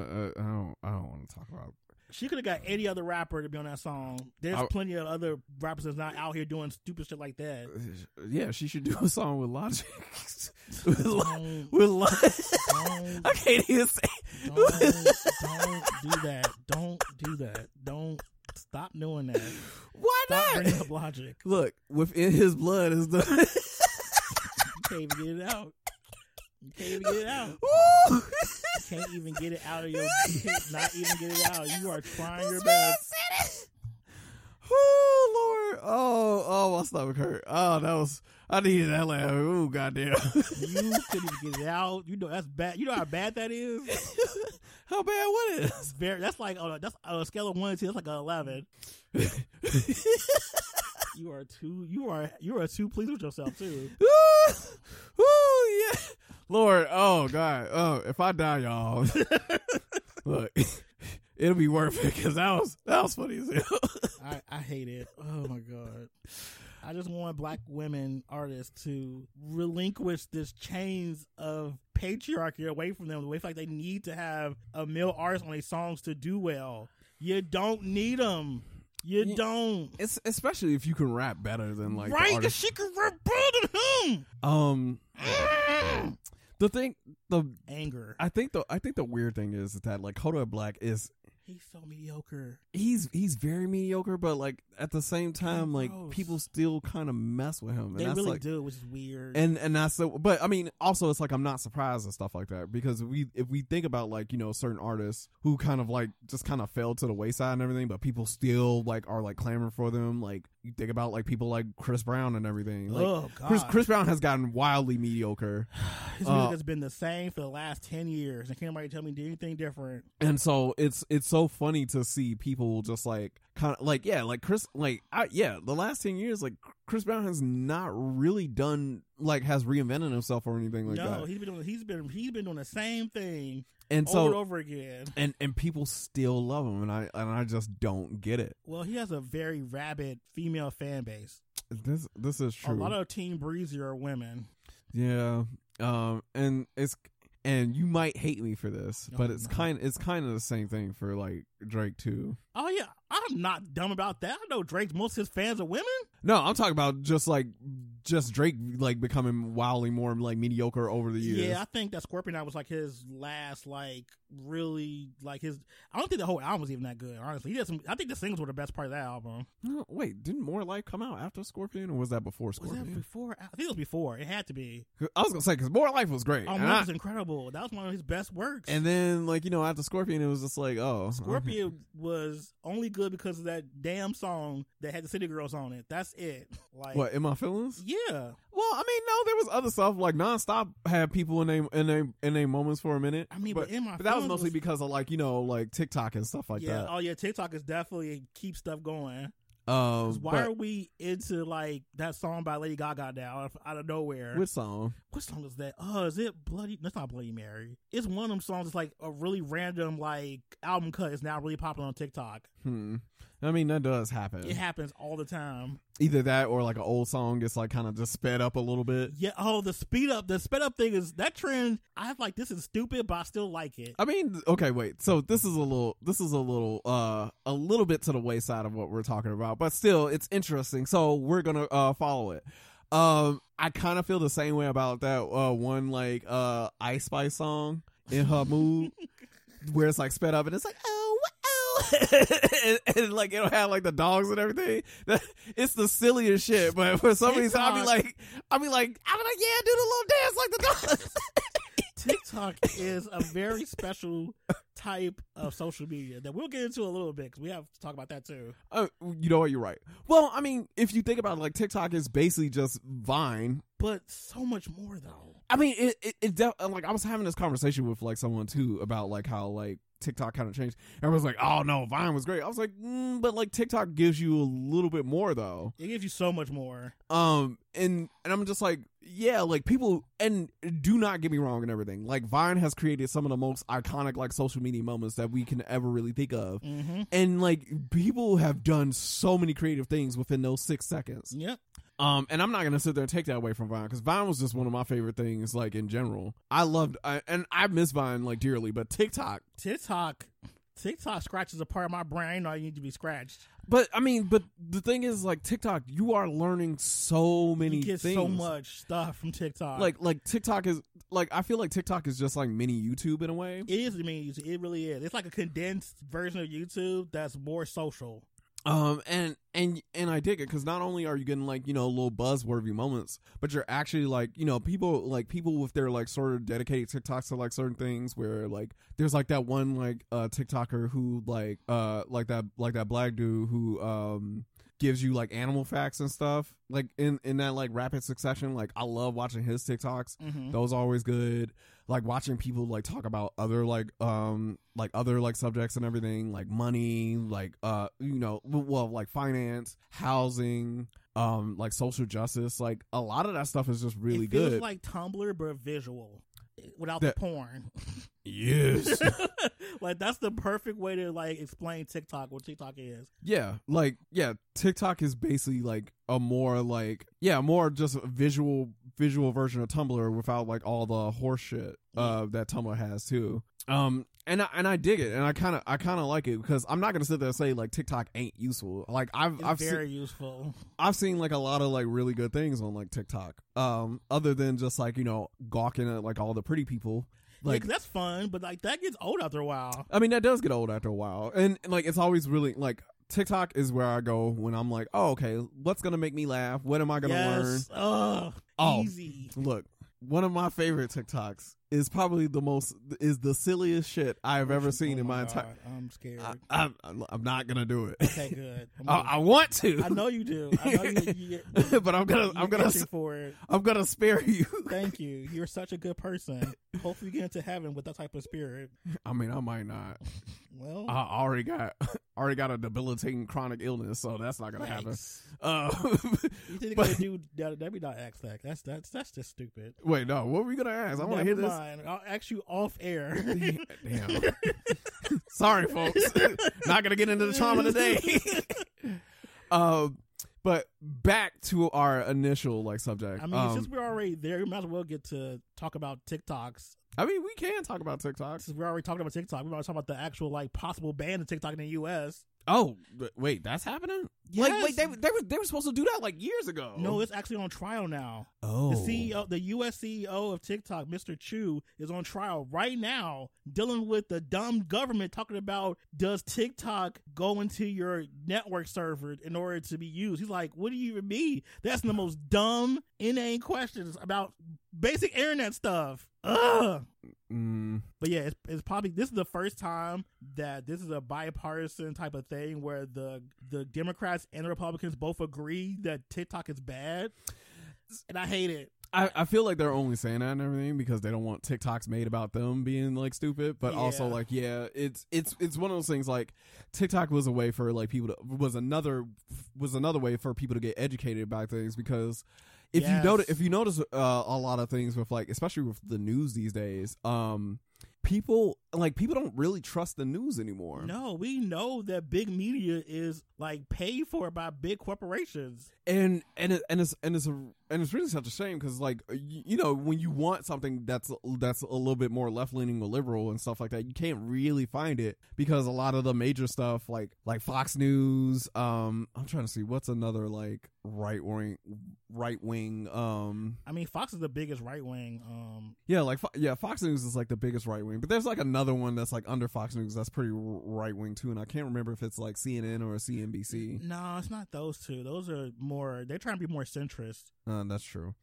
S1: uh, I don't. I don't want to talk about.
S2: She could have got any other rapper to be on that song. There's
S1: I-
S2: plenty of other rappers that's not out here doing stupid shit like that.
S1: Yeah. She should do a song with Logic. with Lo-
S2: Don't,
S1: with Logic.
S2: don't,
S1: I can't even say.
S2: don't, don't do that. Don't do that. Don't stop doing that.
S1: Why
S2: Stop
S1: not?
S2: bringing up logic.
S1: Look, within his blood is the.
S2: You can't even get it out. You can't even get it out.
S1: Woo!
S2: can't even get it out of your you can't not even get it out. You are trying your best.
S1: Oh Lord! Oh, oh, my stomach hurt. Oh, that was I needed that laugh. Ooh, goddamn!
S2: You couldn't even get it out. You know that's bad. You know how bad that is.
S1: How bad was
S2: That's very. That's like on a, that's on a scale of one to ten. That's like an eleven.
S1: it?
S2: You are too. You are you are too pleased with yourself too.
S1: Ooh, ooh, yeah. Lord, oh God, oh, if I die, y'all, look, it'll be worth it because that was that was funny as hell.
S2: I I hate it. Oh my god. I just want black women artists to relinquish this chains of patriarchy away from them. The way like they need to have a male artist on their songs to do well. You don't need them. You
S1: Yeah.
S2: don't.
S1: It's especially if you can rap better than like the
S2: right? Because
S1: artist.
S2: she could rap better than him. Mm.
S1: Um, the thing, the
S2: Anger.
S1: I think the I think the weird thing is that like Kodak Black is
S2: He's so mediocre.
S1: he's he's very mediocre, but like at the same time, like
S2: Gross.
S1: people still kind of mess with him, and
S2: They
S1: that's
S2: really
S1: like
S2: do, which is weird.
S1: and and that's the but I mean also it's like I'm not surprised and stuff like that because we if we think about like you know certain artists who kind of like just kind of fell to the wayside and everything, but people still like are like clamoring for them. Like you think about like people like Chris Brown and everything. Like
S2: oh God,
S1: Chris Chris Brown has gotten wildly mediocre.
S2: his music
S1: uh,
S2: has been the same for the last ten years, and can't nobody tell me to do anything different.
S1: and so it's it's so funny to see people just like kind of like yeah like chris like I, yeah the last 10 years like chris brown has not really done like has reinvented himself or anything like
S2: no,
S1: that
S2: he's been doing, he's been he's been doing the same thing
S1: and
S2: over and
S1: so
S2: over again.
S1: and and people still love him and i and i just don't get it
S2: Well, he has a very rabid female fan base.
S1: this this is true
S2: A lot of Team Breezy are women.
S1: yeah um and it's and you might hate me for this
S2: Oh,
S1: but it's
S2: no.
S1: kind it's kind of the same thing for like drake too
S2: Oh yeah, I'm not dumb about that. I know Drake's most of his fans are women.
S1: No, I'm talking about just like just Drake like becoming wildly more like mediocre over the years.
S2: Yeah, I think that Scorpion Eye was like his last, like really, like his. I don't think the whole album was even that good. Honestly, he did some. I think the singles were the best part of that album.
S1: No, wait, didn't More Life come out after Scorpion or was that before
S2: Was that
S1: Scorpion?
S2: before? I think it was before. It had to be.
S1: I was gonna say because More Life was great,
S2: Oh,
S1: and,
S2: man,
S1: I-
S2: was incredible. That was one of his best works.
S1: and then like you know after Scorpion it was just like oh okay.
S2: Scorpion was only good because of that damn song that had the City Girls on it. That's it. Like,
S1: What in my feelings?
S2: yeah,
S1: Well, I mean, no, there was other stuff like nonstop had people in their in their in their moments for a minute.
S2: I mean, but,
S1: but,
S2: in my
S1: but that was
S2: Feelings
S1: mostly because of like you know like TikTok and stuff like
S2: yeah. Oh yeah, TikTok is definitely keep stuff going.
S1: that. Um,
S2: 'Cause why
S1: but-
S2: are we into like that song by Lady Gaga now out of- out of nowhere?
S1: which song?
S2: what song is that? Oh, is it Bloody? That's not Bloody Mary. It's one of them songs. It's like a really random like album cut is now really popular on TikTok.
S1: Hmm. I mean, that does happen.
S2: It happens all the time.
S1: either that or like an old song gets like kind of just sped up a little bit.
S2: Yeah. Oh, the speed up, the sped up thing is that trend. I have like this is stupid, but I still like it.
S1: I mean, okay, wait. So this is a little, this is a little, uh, a little bit to the wayside of what we're talking about, but still, it's interesting. So we're gonna uh follow it. Um, I kind of feel the same way about that uh one like uh Ice Spice song in her mood, where it's like sped up and it's like oh. oh," and, and like it'll have like the dogs and everything. That- It's the silliest shit, but for some reason I'll be
S2: TikTok.
S1: like, I'll be like, I'll be like, yeah, do the little dance like the dogs.
S2: TikTok is a very special type of social media that we'll get into a little bit because we have to talk about that too.
S1: Uh, you know what? You're right. Well, I mean, if you think about it, like TikTok is basically just Vine.
S2: But so much more though.
S1: I mean, it it, it def- like I was having this conversation with like someone too about like how like TikTok kind of changed. Everyone's like, "Oh no, Vine was great." I was like, mm, "But like TikTok gives you a little bit more though."
S2: It gives you so much more.
S1: Um, and and I'm just like, yeah, like people and do not get me wrong and everything. Like Vine has created some of the most iconic like social media moments that we can ever really think of.
S2: Mm-hmm.
S1: And like people have done so many creative things within those six seconds.
S2: Yep.
S1: Um, and I'm not gonna sit there and take that away from Vine because Vine was just one of my favorite things. Like in general, I loved, I, and I miss Vine like dearly. But TikTok,
S2: TikTok. TikTok scratches a part of my brain. I need to be scratched.
S1: but I mean, but the thing is, like TikTok, you are learning so many
S2: you get
S1: things.
S2: so much stuff from TikTok.
S1: Like, like TikTok is like I feel like TikTok is just like mini YouTube in a way.
S2: it is. I mean, it really is. It's like a condensed version of YouTube that's more social.
S1: Um, and and and I dig it because not only are you getting like you know little buzzworthy moments, but you're actually like you know people like people with their like sort of dedicated TikToks to like certain things where like there's like that one like uh TikToker who like uh like that like that black dude who um gives you like animal facts and stuff like in in that like rapid succession. Like I love watching his TikToks
S2: Mm-hmm.
S1: those are always good like watching people like talk about other like um like other like subjects and everything like money like uh you know well like finance housing um like social justice like a lot of that stuff is just really
S2: it feels
S1: good
S2: like Tumblr but visual, without
S1: That-
S2: the porn.
S1: yes
S2: like that's the perfect way to like explain TikTok what TikTok is.
S1: yeah like yeah tiktok is basically like a more like yeah more just a visual visual version of tumblr without like all the horseshit uh that tumblr has too Um, and I, and I dig it, and I kind of I kind of like it because I'm not gonna sit there and say like TikTok ain't useful. Like I've
S2: It's
S1: I've seen,
S2: very useful.
S1: I've seen like a lot of like really good things on like TikTok. Um, other than just like you know gawking at like all the pretty people.
S2: Like
S1: Like
S2: that's fun, but like that gets old after a while.
S1: I mean, that does get old after a while, and like it's always really like TikTok is where I go when I'm like, oh, okay, what's gonna make me laugh? What am I gonna learn?
S2: yes. Ugh.
S1: Oh.
S2: Easy.
S1: Look, one of my favorite TikToks is probably the most is the silliest shit I've ever seen
S2: Oh
S1: in my
S2: my
S1: entire.
S2: God, I'm scared.
S1: I, I'm I'm not gonna do it.
S2: okay, good. I'm
S1: I,
S2: gonna-
S1: I want to,
S2: I know you do. I know you. you get,
S1: but I'm gonna I'm gonna
S2: itching for it.
S1: I'm gonna spare you.
S2: Thank you. You're such a good person. Hopefully, you get into heaven with that type of spirit.
S1: I mean, I might not.
S2: Well,
S1: I already got already got a debilitating chronic illness, so that's not gonna happen.
S2: thanks.
S1: Uh,
S2: You think
S1: But-
S2: they do that? That'd be not act like that's that's that's just stupid.
S1: wait, no, what were you gonna ask? I want to hear
S2: Never
S1: this.
S2: mind. I'll ask you off air.
S1: Damn. Sorry, folks. Not gonna get into the trauma today. um, but back to our initial like subject.
S2: I mean,
S1: Um,
S2: since we're already there, we might as well get to talk about TikToks.
S1: I mean, we can talk about TikTok.
S2: Since we're already talking about TikTok, we might talk about the actual like possible ban of TikTok in the U.S.
S1: Oh, but wait, that's happening. Like,
S2: Yes.
S1: wait, they they were they were supposed to do that like years ago.
S2: No, it's actually on trial now.
S1: oh,
S2: The E CEO, the U.S. CEO of TikTok, Mr. Chu, is on trial right now, dealing with the dumb government talking about does TikTok go into your network server in order to be used? He's like, what do you even mean? That's the most dumb, inane questions about basic internet stuff. Ugh.
S1: Mm,
S2: But yeah, it's, it's probably this is the first time that this is a bipartisan type of thing where the the Democrats and the Republicans both agree that TikTok is bad, and I hate it.
S1: I I feel like they're only saying that and everything because they don't want TikToks made about them being like stupid, but also
S2: Yeah.
S1: like yeah, it's it's it's one of those things like TikTok was a way for like people to was another was another way for people to get educated about things because if you
S2: Yes.
S1: notice if you notice uh, a lot of things with like especially with the news these days, um people like people don't really trust the news anymore.
S2: No, we know that big media is like paid for by big corporations.
S1: and and it, and it's and it's a, and it's really such a shame because like you, you know when you want something that's that's a little bit more left leaning or liberal and stuff like that you can't really find it because a lot of the major stuff like like Fox News um I'm trying to see what's another like right wing right wing um
S2: I mean, Fox is the biggest right wing. Um,
S1: yeah like Fo- yeah Fox News is like the biggest right wing but there's like another one that's like under Fox News that's pretty right wing too and I can't remember if it's like CNN or CNBC
S2: no, it's not those two. Those are more. They're trying to be more centrist.
S1: Uh, that's true.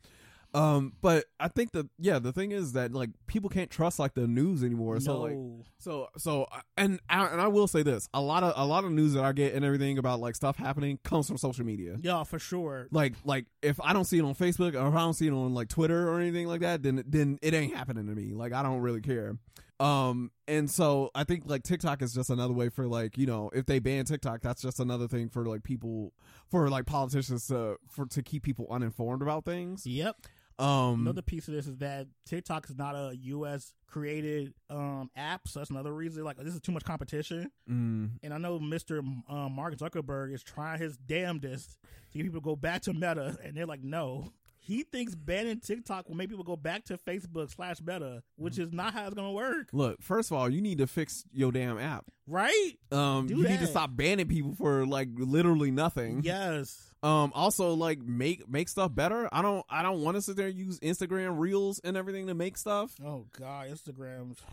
S1: Um, but I think the yeah the thing is that like people can't trust like the news anymore. So
S2: no,
S1: like so so I- and I, and I will say this: a lot of a lot of news that I get and everything about like stuff happening comes from social media.
S2: yeah, for sure.
S1: Like like if I don't see it on Facebook or if I don't see it on like Twitter or anything like that, then then it ain't happening to me. Like I don't really care. Um, and so I think like TikTok is just another way for like you know if they ban TikTok, that's just another thing for like people for like politicians to for to keep people uninformed about things.
S2: Yep.
S1: Um,
S2: Another piece of this is that TikTok is not a U.S. created um, app, so that's another reason. Like, this is too much competition.
S1: mm,
S2: And I know Mr. Um, Mark Zuckerberg is trying his damnedest to get people to go back to Meta, and they're like, no. He thinks banning TikTok will make people go back to Facebook slash Meta, which is not how it's gonna work,
S1: look, first of all, you need to fix your damn app.
S2: right?
S1: Um,
S2: Do
S1: you need to
S2: that.
S1: stop banning people for like literally nothing.
S2: Yes,
S1: Um, also like make make stuff better. I don't I don't want to sit there and use Instagram Reels and everything to make stuff.
S2: Oh god, Instagram's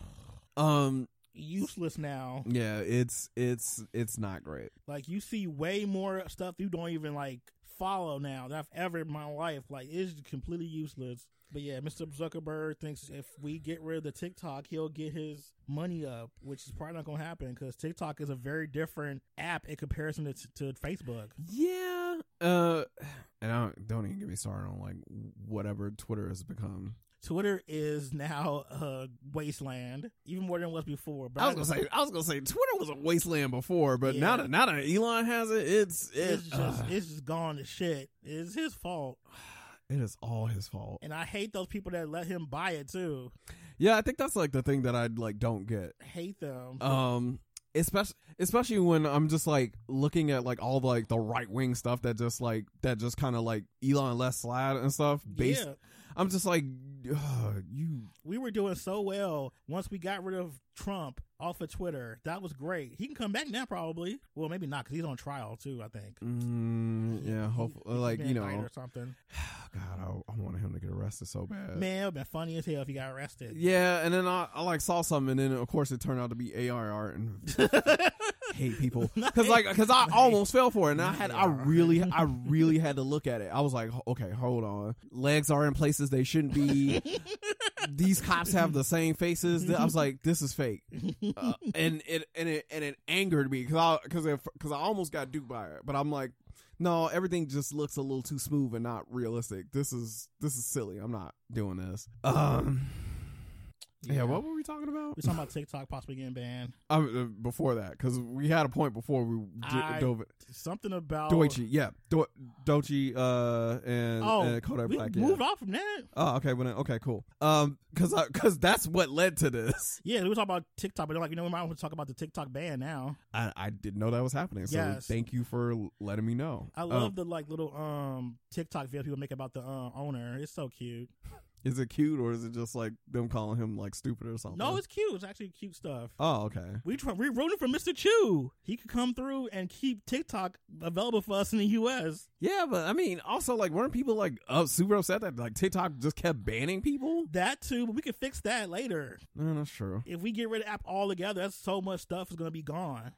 S1: Um,
S2: useless now.
S1: yeah, it's it's it's not great.
S2: Like you see way more stuff you don't even like follow now than I've ever in my life. Like it's completely useless. But yeah, Mr. Zuckerberg thinks if we get rid of the TikTok, he'll get his money up, which is probably not going to happen because TikTok is a very different app in comparison to, to Facebook.
S1: Yeah. Uh, and I don't, don't even get me started on like whatever Twitter has become.
S2: Twitter is now a wasteland, even more than it was before. But
S1: I was gonna say I was gonna say Twitter was a wasteland before, but now
S2: Yeah.
S1: that now that Elon has it, it's
S2: it's
S1: it, uh.
S2: just
S1: ugh,
S2: it's just gone to shit. It's his fault,
S1: it is all his fault.
S2: and I hate those people that let him buy it too.
S1: Yeah, I think that's like the thing that I like don't get.
S2: Hate them.
S1: Um especially especially when I'm just like looking at like all the, like the right wing stuff that just like that just kind of like Elon less slide and stuff based
S2: yeah.
S1: I'm just like, ugh, you.
S2: we were doing so well once we got rid of Trump off of Twitter. That was great. He can come back now, probably. Well, maybe not because he's on trial too. I think.
S1: Mm, yeah, hopefully, like
S2: Been
S1: you
S2: indicted
S1: know,
S2: or something.
S1: God, I, I wanted him to get arrested so bad.
S2: Man, it'd been funny as hell if he got arrested.
S1: Uh, Yeah, and then I, I like saw something, and then of course it turned out to be ARR and hate people because like because I almost fell for it, and I had I
S2: ARR.
S1: really I really had to look at it. I was like, "Ho- okay, hold on, legs are in places they shouldn't be. These cops have the same faces. I was like, this is fake, uh, and it and it and it angered me because I because because I almost got duped by it, but I'm like. No, everything just looks a little too smooth and not realistic. This is this is silly. I'm not doing this. Um, yeah. what were we talking about?
S2: We're talking about TikTok possibly getting banned.
S1: Um, uh, before that, because we had a point before we d-
S2: I-
S1: dove it.
S2: Something about
S1: Deutsche, yeah, Do- Deutsche, uh, and,
S2: Oh,
S1: and Kodak
S2: we
S1: Black.
S2: moved
S1: yeah.
S2: off from that.
S1: Oh, okay, well, then, okay, cool. Um, because because that's what led to this.
S2: Yeah, we were talking about TikTok, but they're like, you know, we might want to talk about the TikTok ban now.
S1: I, I didn't know that was happening. So
S2: Yes.
S1: thank you for l- letting me know.
S2: I
S1: Um,
S2: love the like little um TikTok videos people make about the uh, owner. It's so cute.
S1: Is it cute or is it just like them calling him like stupid or something?
S2: No, it's cute. It's actually cute stuff.
S1: oh okay.
S2: We try, we rooting for Mr. Chu. He could come through and keep TikTok available for us in the U.S.
S1: Yeah, but I mean, also like weren't people like up super upset that like TikTok just kept banning people?
S2: That too, but we can fix that later.
S1: No, that's true.
S2: If we get rid of app altogether, that's so much stuff is going to be gone.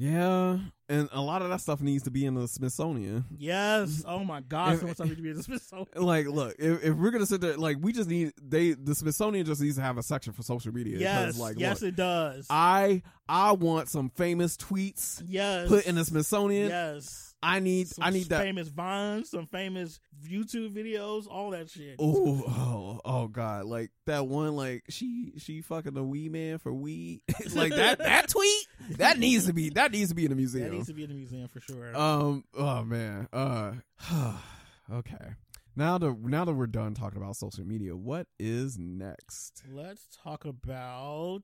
S1: Yeah, and a lot of that stuff needs to be in the Smithsonian.
S2: Yes. Oh my
S1: Mm-hmm.
S2: God.
S1: If-
S2: So much stuff needs to be in this episode.
S1: Like, look, if, if we're gonna sit there, like, we just need they the Smithsonian just needs to have a section for social media. 'cause,
S2: Yes.
S1: like,
S2: yes,
S1: look,
S2: it does.
S1: I I want some famous tweets
S2: yes.
S1: put in the Smithsonian.
S2: Yes.
S1: I need
S2: Some
S1: I need that.
S2: famous vines, some famous YouTube videos, all that shit.
S1: Ooh, oh, oh, God! Like that one, like she, she fucking a wee man for weed. like that, that tweet, that needs to be, that needs to be in the museum.
S2: That needs to be in the museum for sure.
S1: Um. Oh man. Uh. okay. Now that now that we're done talking about social media, what is next?
S2: Let's talk about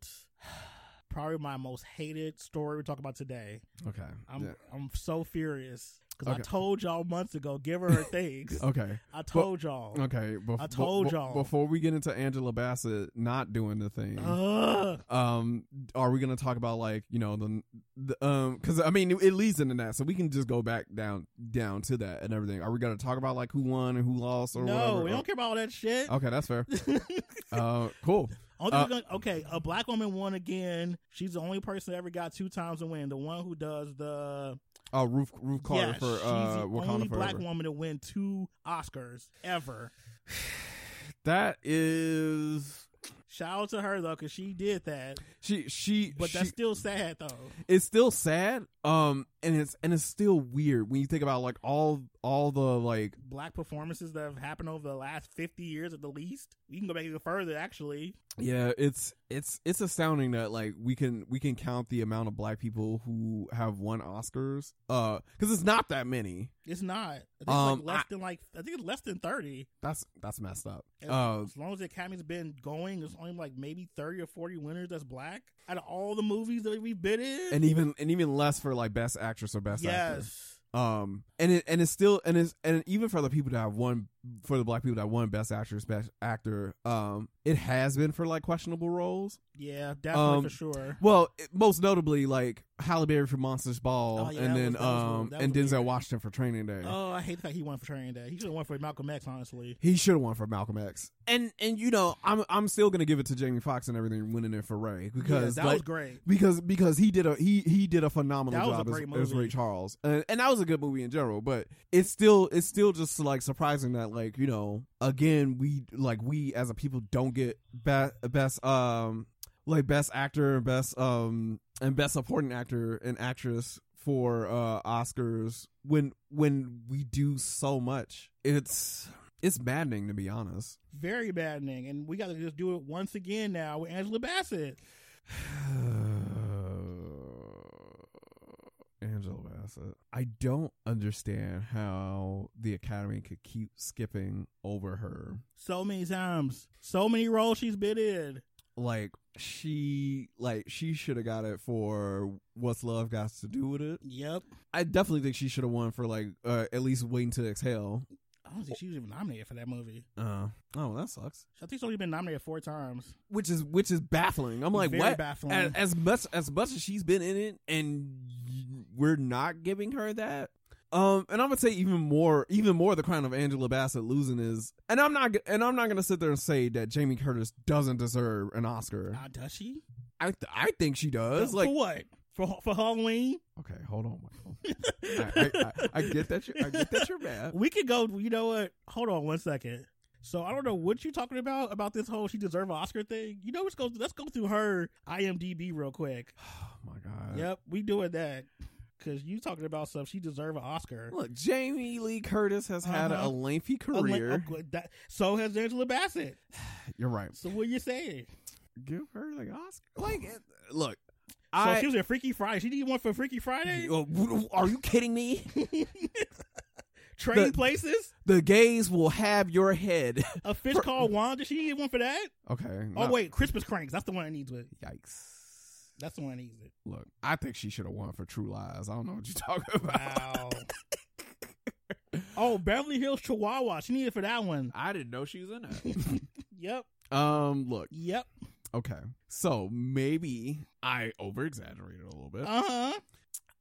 S2: probably my most hated story we talk about today.
S1: Okay.
S2: I'm
S1: yeah.
S2: I'm so furious because
S1: Okay.
S2: I told y'all months ago, give her her things.
S1: Okay.
S2: I told y'all.
S1: Okay. Bef-
S2: I told
S1: be- be-
S2: y'all.
S1: Before we get into Angela Bassett not doing the thing,
S2: Uh-huh. Ugh.
S1: um, are we gonna talk about like you know the, the um? Because I mean, it leads into that, so we can just go back down down to that and everything. Are we gonna talk about like who won and who lost or
S2: no,
S1: whatever?
S2: we don't care about all that shit.
S1: Okay, that's fair. uh, cool.
S2: Only thing
S1: uh,
S2: we're gonna- okay, a black woman won again. She's the only person that ever got two times to win. The one who does the
S1: Uh, Ruth Ruth Carter
S2: Yes,
S1: for
S2: she's
S1: uh,
S2: the
S1: Wakanda
S2: only
S1: Forever.
S2: black woman to win two Oscars ever.
S1: That is
S2: Shout out to her though, because she did that.
S1: she she
S2: But
S1: she-
S2: that's still sad though.
S1: it's still sad um and it's and it's still weird when you think about like all all the like
S2: black performances that have happened over the last 50 years at the least. You can go back even further, actually.
S1: yeah it's it's it's astounding that like we can we can count the amount of black people who have won Oscars uh cuz it's not that many
S2: It's not. I think it's
S1: Um,
S2: like less
S1: I-
S2: than like I think it's less than 30.
S1: that's that's messed up
S2: And
S1: uh
S2: As long as the Academy's been going, there's only like maybe 30 or 40 winners that's black out of all the movies that we've been in.
S1: and even and even less for like best actress or best actor
S2: yes.
S1: um and it and it's still and it's and even for the people that have won for the black people that won best actress best actor um it has been for like questionable roles
S2: Yeah, definitely
S1: Um,
S2: for sure.
S1: well it- most notably like Halle Berry for Monsters Ball
S2: Oh, yeah,
S1: and
S2: that
S1: then
S2: was- that was
S1: um
S2: weird. That
S1: and
S2: was
S1: Denzel
S2: weird.
S1: Washington for Training Day
S2: Oh, I hate the fact he won for Training Day. He should have won for Malcolm X, honestly.
S1: he should have won for Malcolm X and and you know I'm I'm still gonna give it to Jamie Foxx and everything winning it for Ray because
S2: yeah, that
S1: like,
S2: was great.
S1: because because he did a he he did a phenomenal
S2: That was a
S1: job as,
S2: great
S1: as Ray
S2: movie.
S1: Charles, and, and that was a good movie in general. But it's still it's still just like surprising that like you know again we like we as a people don't get best best um like best actor and best um and best supporting actor and actress for uh Oscars when when we do so much it's it's maddening to be honest.
S2: Very maddening. And we got to just do it once again now with Angela Bassett.
S1: Angela Bassett. I don't understand how the Academy could keep skipping over her.
S2: So many times. So many roles she's been in.
S1: Like she, like she should have got it for "What's Love Got to Do with It."
S2: Yep.
S1: I definitely think she should have won for like uh, at least "Waiting to Exhale."
S2: I don't think she was even nominated for that movie.
S1: Uh, oh, that sucks.
S2: I think she's only been nominated four times.
S1: Which is which is baffling. I'm like,
S2: Very
S1: what?
S2: baffling.
S1: As, as much as much as she's been in it, and we're not giving her that. Um, and I'm gonna say even more, even more, the crown of Angela Bassett losing is, and I'm not, and I'm not gonna sit there and say that Jamie Curtis doesn't deserve an Oscar.
S2: Ah, does she?
S1: I, th- I think she does.
S2: for
S1: Like,
S2: what? For for Halloween?
S1: okay, hold on, Michael. I, I, I, I get that, you, I get that you're mad.
S2: We could go. You know what? Hold on one second. So I don't know what you're talking about about this whole she deserve an Oscar thing. You know, let's go. Let's go through her IMDb real quick.
S1: Oh my god.
S2: Yep, we doing that because you talking about stuff she deserve an Oscar.
S1: Look, Jamie Lee Curtis has had a
S2: Uh-huh.
S1: lengthy
S2: I'm like,
S1: career.
S2: oh, good, that- so has Angela Bassett.
S1: You're right.
S2: So what you saying?
S1: Give her the Oscar. Like, it- look,
S2: So
S1: I.
S2: she was in Freaky Friday. She did one for Freaky Friday.
S1: Uh, w- Are you kidding me?
S2: Trading
S1: the-
S2: Places.
S1: The gays will have your head.
S2: A fish called Wanda. She did one for that.
S1: Okay.
S2: Oh
S1: no-
S2: wait, Christmas Cranks. That's the one that needs it.
S1: Yikes.
S2: That's the one that needs it.
S1: Look, I think she should have won for True Lies. I don't know what you're talking about.
S2: Wow. oh, Beverly Hills Chihuahua. She needed for that one.
S1: I didn't know she was in it.
S2: Yep.
S1: um, look.
S2: Yep.
S1: Okay. So maybe I over exaggerated a little bit.
S2: Uh huh.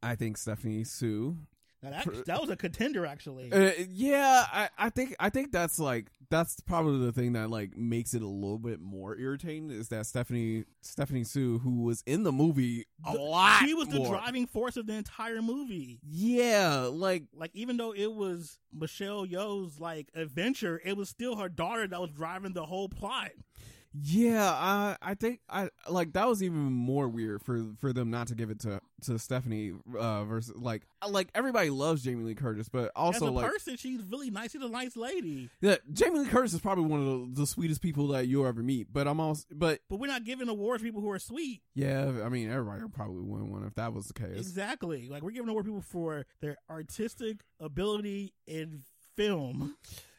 S1: I think Stephanie Sue
S2: Now that, that was a contender actually.
S1: Uh, yeah, I, I think I think that's like that's probably the thing that like makes it a little bit more irritating is that Stephanie Stephanie Sue, who was in the movie a
S2: The-
S1: lot,
S2: She was the
S1: more.
S2: driving force of the entire movie.
S1: Yeah, like
S2: Like even though it was Michelle Yeoh's like adventure, it was still her daughter that was driving the whole plot.
S1: yeah, I I think I like that was even more weird for for them not to give it to to Stephanie uh versus like like everybody loves Jamie Lee Curtis, but also
S2: As a
S1: like
S2: person, she's really nice. She's a nice lady,
S1: yeah, Jamie Lee Curtis is probably one of the, the sweetest people that you'll ever meet. But I'm also but
S2: but we're not giving awards to people who are sweet.
S1: yeah, I mean everybody would probably win one if that was the case.
S2: Exactly. Like we're giving award people for their artistic ability in film.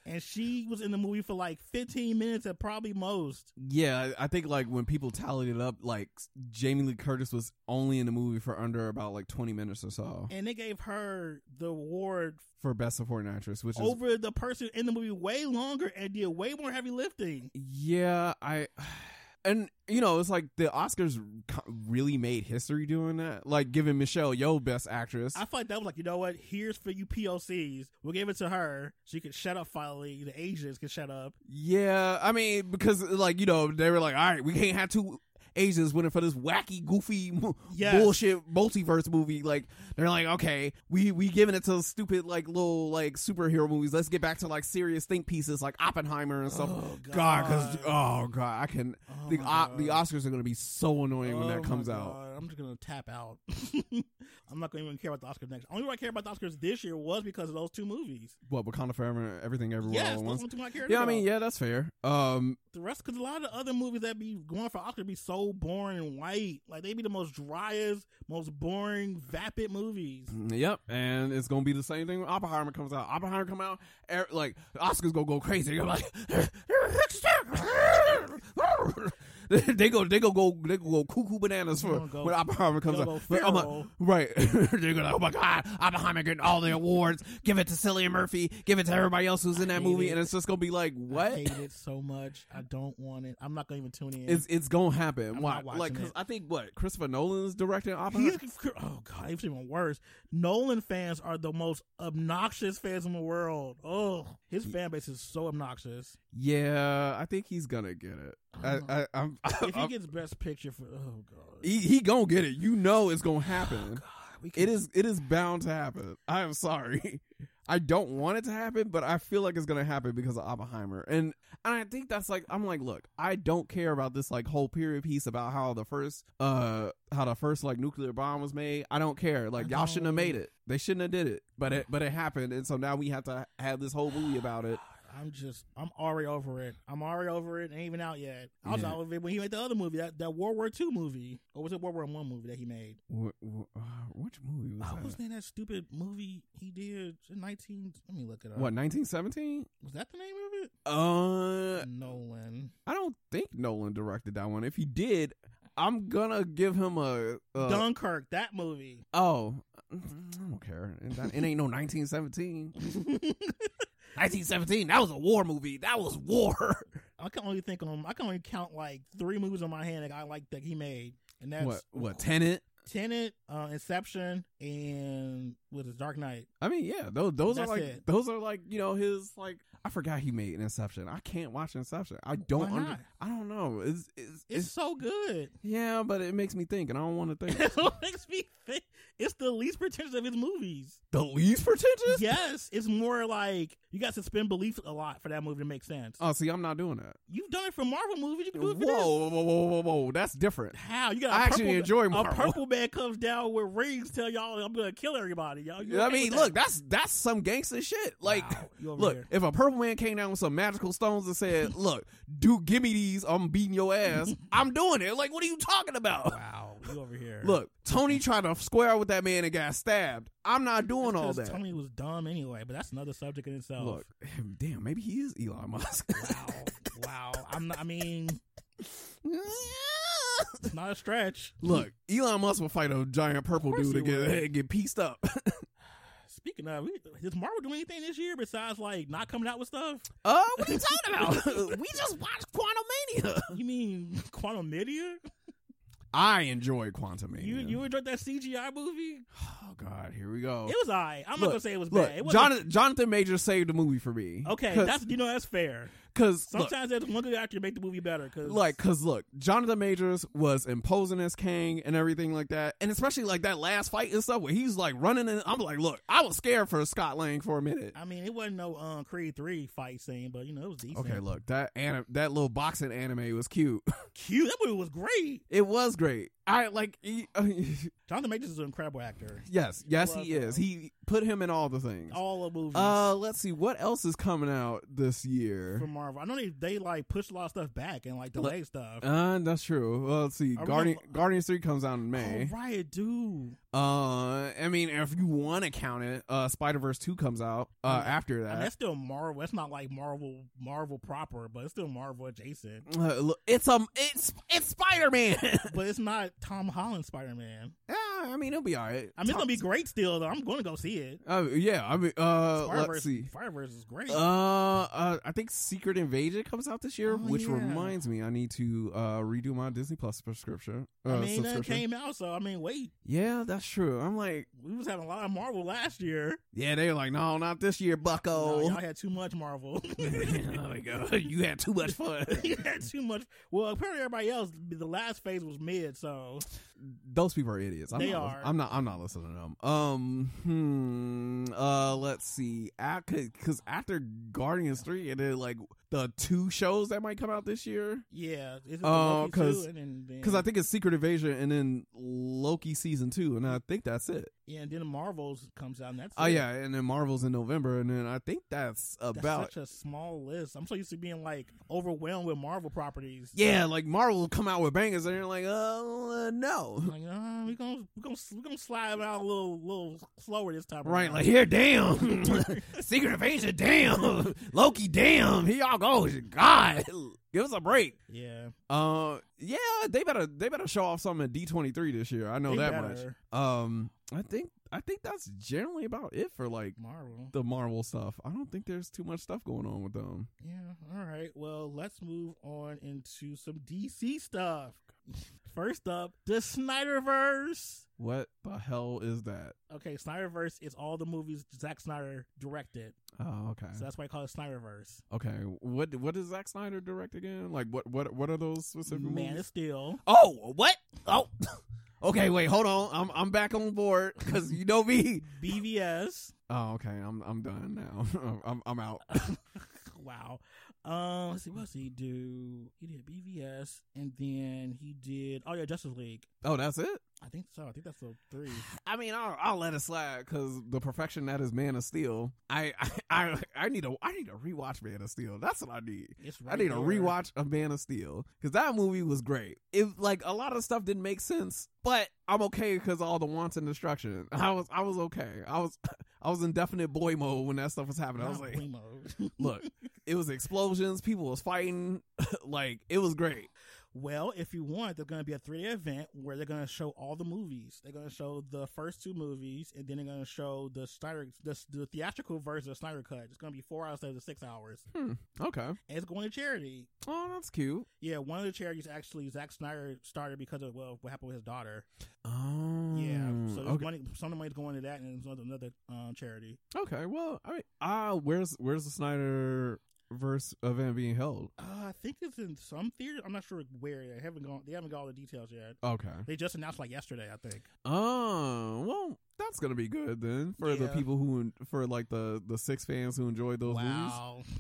S2: And she was in the movie for like 15 minutes at probably most.
S1: Yeah, I I think like when people tallied it up, like Jamie Lee Curtis was only in the movie for under about like twenty minutes or so
S2: And they gave her the award
S1: for best supporting actress, which is
S2: over the person in the movie way longer and did way more heavy lifting.
S1: yeah, I. And you know, it's like the Oscars co- really made history doing that, like giving Michelle Yeoh best actress.
S2: I feel like that was like, you know what? Here's for you POCs. We'll give it to her. She could shut up finally. The Asians can shut up.
S1: yeah, I mean because like you know they were like, all right, we can't have two Asians winning for this wacky, goofy, mo-
S2: Yes.
S1: bullshit multiverse movie. Like they're like, okay, we we giving it to stupid like little like superhero movies. Let's get back to like serious think pieces like Oppenheimer and stuff.
S2: Oh,
S1: God, because
S2: God.
S1: oh god, I can.
S2: Oh
S1: the,
S2: my
S1: O the
S2: God.
S1: Oscars are gonna be so annoying when
S2: Oh
S1: that
S2: my
S1: comes out.
S2: God, I'm just gonna tap out. I'm not gonna even care about the Oscars next. Only reason I care about the Oscars this year was because of those two movies.
S1: What Wakanda Forever, everything, everywhere,
S2: yes,
S1: all at
S2: that's the
S1: once.
S2: only two I care
S1: Yeah, I
S2: about.
S1: mean, yeah, that's fair. Um,
S2: The rest, because a lot of the other movies that be going for Oscar be so boring and white. Like they be the most driest, most boring, vapid movies.
S1: yep, and it's gonna be the same thing when Oppenheimer comes out. Oppenheimer come out, er, like the Oscars gonna go crazy. They're like, they go, they go, go, they go, go cuckoo bananas
S2: They
S1: for
S2: gonna go-
S1: when Oppenheimer comes
S2: they gonna
S1: out.
S2: go
S1: But I'm like-
S2: feral.
S1: right, they're gonna, oh my god, Oppenheimer getting all the awards. Give it to Cillian Murphy. Give it to everybody else who's in that
S2: hate
S1: movie,
S2: it.
S1: and it's just gonna be like, what?
S2: I hate it so much. I don't want it. I'm not gonna even tune in.
S1: It's it's gonna happen.
S2: I'm
S1: Why?
S2: not watching
S1: Like, cause
S2: it.
S1: I think what Christopher Nolan's directing Oppenheimer.
S2: He's oh god, it's even worse. Nolan fans are the most obnoxious fans in the world. Oh, his fan base is so obnoxious.
S1: Yeah, I think he's gonna get it. I, I, I'm, I'm,
S2: If he gets Best Picture for oh god,
S1: he, he gonna get it. You know it's gonna happen.
S2: God, we
S1: It is it is bound to happen. I am sorry. I don't want it to happen, but I feel like it's gonna happen because of Oppenheimer. And and I think that's like I'm like, look, I don't care about this like whole period piece about how the first uh how the first like nuclear bomb was made. I don't care. Like
S2: I
S1: y'all shouldn't have
S2: don't-
S1: made it. They shouldn't have did it. But it but it happened and so now we have to have this whole movie about it.
S2: I'm just, I'm already over it. I'm already over it. It ain't even out yet. I was
S1: Yeah.
S2: out of it when he made the other movie, that, that World War II movie. Or was it World War One movie that he made?
S1: Wh- wh- uh, which movie was
S2: I
S1: that?
S2: was in that stupid movie he did in 19. Let me look it up.
S1: What, 1917?
S2: Was that the name of it?
S1: Uh,
S2: Nolan.
S1: I don't think Nolan directed that one. If he did, I'm gonna give him a. a
S2: Dunkirk, that movie.
S1: Oh, I don't care. It, that- it ain't no 1917.
S3: 1917. That was a war movie. That was war.
S2: I can only think um I can only count like three movies on my hand that I like that he made, and that's
S1: What what Tenant?
S2: Tenet, uh, Inception, and what is Dark Knight.
S1: I mean, yeah, those those
S2: That's
S1: are like
S2: it.
S1: those are like you know his like I forgot he made Inception. I can't watch Inception. I don't.
S2: Why
S1: under-
S2: not?
S1: I don't know. It's, it's
S2: It's,
S1: it's
S2: so good.
S1: yeah, but it makes me think, and I don't want to think.
S2: it makes me think it's the least pretentious of his movies.
S1: the least pretentious.
S2: Yes, it's more like you got to suspend belief a lot for that movie to make sense.
S1: Oh, see, I'm not doing that.
S2: You've done it for Marvel movies. You can do
S1: Whoa,
S2: it for this.
S1: whoa, whoa, whoa, whoa, whoa! That's different.
S2: How you got? a
S1: I actually
S2: purple-
S1: enjoy Marvel.
S2: A purple man comes down with rings, tell y'all I'm gonna kill everybody. Y'all, you
S1: I
S2: okay
S1: mean,
S2: with
S1: look,
S2: that?
S1: that's that's some gangster shit. Like,
S2: Wow, you over
S1: look,
S2: here.
S1: if a purple man came down with some magical stones and said, "Look, dude, give me these. I'm beating your ass. I'm doing it." Like, what are you talking about?
S2: wow, you over here.
S1: Look, Tony tried to square with that man and got stabbed. I'm not
S2: That's
S1: doing all
S2: 'cause
S1: that.
S2: Tony was dumb anyway, but that's another subject in itself.
S1: Look, damn, maybe he is Elon Musk.
S2: Wow, wow. I'm not, I mean, it's not a stretch.
S1: Look, Elon Musk will fight a giant purple
S2: course
S1: dude
S2: he
S1: and get,
S2: would.
S1: and get pieced up.
S2: Speaking of, we, does Marvel do anything this year besides like not coming out with stuff?
S1: uh, what are you talking about? we just watched Quantumania.
S2: You mean Quantum Media?
S1: I enjoy Quantumania.
S2: You you enjoyed that CGI movie?
S1: oh God, here we go.
S2: It was alright. I'm not
S1: Look,
S2: gonna say it was
S1: Look,
S2: bad. It wasn't-
S1: Jonathan, Jonathan Major saved the movie for me.
S2: okay,
S1: Cause,
S2: that's you know that's fair.
S1: 'cause, look,
S2: Sometimes there's one good actor to make the movie better. Cause
S1: like because look jonathan majors was imposing as kang and everything like that and especially like that last fight and stuff where he's like running and i'm like look i was scared for scott lang for a minute
S2: I mean, it wasn't no um, Creed three fight scene, but you know it was decent.
S1: okay look that anim- that little boxing anime was cute
S2: cute. That movie was great.
S1: it was great i like he-
S2: Jonathan Majors is an incredible actor.
S1: yes yes he is he put him in all the things
S2: uh-huh. All the movies
S1: uh let's see what else is coming out this
S2: from
S1: year
S2: Marvel. I know they, they like pushed a lot of stuff back and like delayed stuff.
S1: uh that's true well, let's see
S2: Are we
S1: guardian
S2: gonna-
S1: guardians 3 comes out in
S2: Oh,
S1: may
S2: right, dude.
S1: Uh, I mean, if you want to count it, uh, Spider Verse two comes out uh
S2: Oh, I mean,
S1: after
S2: And
S1: that.
S2: that's still Marvel. That's not like Marvel, Marvel proper, but it's still Marvel adjacent.
S1: Uh, look, it's um, it's it's Spider Man.
S2: but it's not Tom Holland Spider Man.
S1: yeah, I mean, it'll be alright.
S2: I mean, it's gonna be great still. Though I'm gonna go see it.
S1: Uh, yeah, I mean, uh,
S2: Fireverse,
S1: let's see.
S2: Fireverse is great.
S1: Uh, uh, I think Secret Invasion comes out this year,
S2: Oh,
S1: which
S2: yeah.
S1: reminds me, I need to uh redo my Disney Plus prescription. Uh,
S2: I mean, that
S1: subscription.
S2: came out, so I mean, wait.
S1: yeah, that's true. I'm like,
S2: We was having a lot of Marvel last year.
S1: yeah, they're like, no, not this year,
S2: No,
S1: Bucko.
S2: y'all had too much Marvel.
S1: oh my god, you had too much fun.
S2: you had too much. Well, apparently everybody else, the last phase was mid, so
S1: those people are idiots. I'm
S2: They
S1: not,
S2: are.
S1: I'm not. I'm not listening to them. Um. Hmm. Uh. Let's see. Because after Guardians three, and then like the two shows that might come out this year.
S2: yeah. It's
S1: Oh,
S2: Loki too,
S1: 'cause-
S2: and then- then-
S1: Because I think it's Secret Invasion, and then Loki season two, and I think that's it.
S2: yeah, and then Marvels comes out, and that's
S1: Oh
S2: it.
S1: yeah, and then Marvel's in November, and then I think that's
S2: That's
S1: about.
S2: such a small list. I'm so used to being like overwhelmed with Marvel properties.
S1: yeah, like Marvel will come out with bangers, and you're like, uh,
S2: I'm
S1: no,
S2: like, uh, we gonna we gonna we gonna slide out a little little slower this time.
S1: right?
S2: around.
S1: Like here, damn, Secret Invasion, damn, Loki, damn, here y'all goes, God, give us a break.
S2: yeah,
S1: Uh, yeah, they better they better show off something at D twenty three this year. I know
S2: They
S1: that
S2: better.
S1: much. Um, I think I think that's generally about it for like
S2: Marvel.
S1: the Marvel stuff. I don't think there's too much stuff going on with them.
S2: Yeah. All right. Well, let's move on into some DC stuff. First up, the Snyderverse.
S1: What the hell is that?
S2: Okay, Snyderverse is all the movies Zack Snyder directed,
S1: Oh, okay,
S2: so that's why I call it Snyderverse.
S1: okay. What what does Zack Snyder direct again? Like what what what are those specific
S2: Man of
S1: movies?
S2: Steel,
S1: Oh, what? Oh, okay. Wait, hold on. I'm I'm back on board because you know me.
S2: BVS.
S1: Oh, okay. I'm I'm done now. I'm I'm out.
S2: wow. Um, let's see what else did he do? He did BVS, and then he did oh yeah, Justice League.
S1: Oh, that's it.
S2: I think so. I think that's the three.
S1: I mean, I'll, I'll let it slide because the perfection that is Man of Steel. I, I, I, I need a, I need a rewatch Man of Steel. That's what I need.
S2: It's right
S1: I need a
S2: there.
S1: rewatch of Man of Steel because that movie was great. It like a lot of stuff didn't make sense, but I'm okay because all the wants and destruction. I was, I was okay. I was, I was in definite boy mode when that stuff was happening. I was
S2: Not
S1: like,
S2: Primo.
S1: look, it was explosions, people was fighting, like it was great.
S2: Well, if you want, there's going to be a three day event where they're going to show all the movies. They're going to show the first two movies, and then they're going to show the Snyder, the, the theatrical version of Snyder Cut. It's going to be four hours instead of six hours,
S1: Okay.
S2: and it's going to charity.
S1: Oh, that's cute.
S2: Yeah, one of the charities actually Zack Snyder started because of well, what happened with his daughter.
S1: Oh.
S2: Yeah, so there's
S1: okay.
S2: money, some of the money's going to that, and there's another um, charity.
S1: okay. Well, I mean, ah, where's where's the Snyder verse event being held?
S2: Uh, I think it's in some theater. I'm not sure where. They haven't gone. They haven't got all the details yet.
S1: Okay.
S2: They just announced like yesterday, I think.
S1: Oh well, that's gonna be good then for the
S2: Yeah.
S1: people who for like the the six fans who enjoyed those
S2: wow,
S1: movies.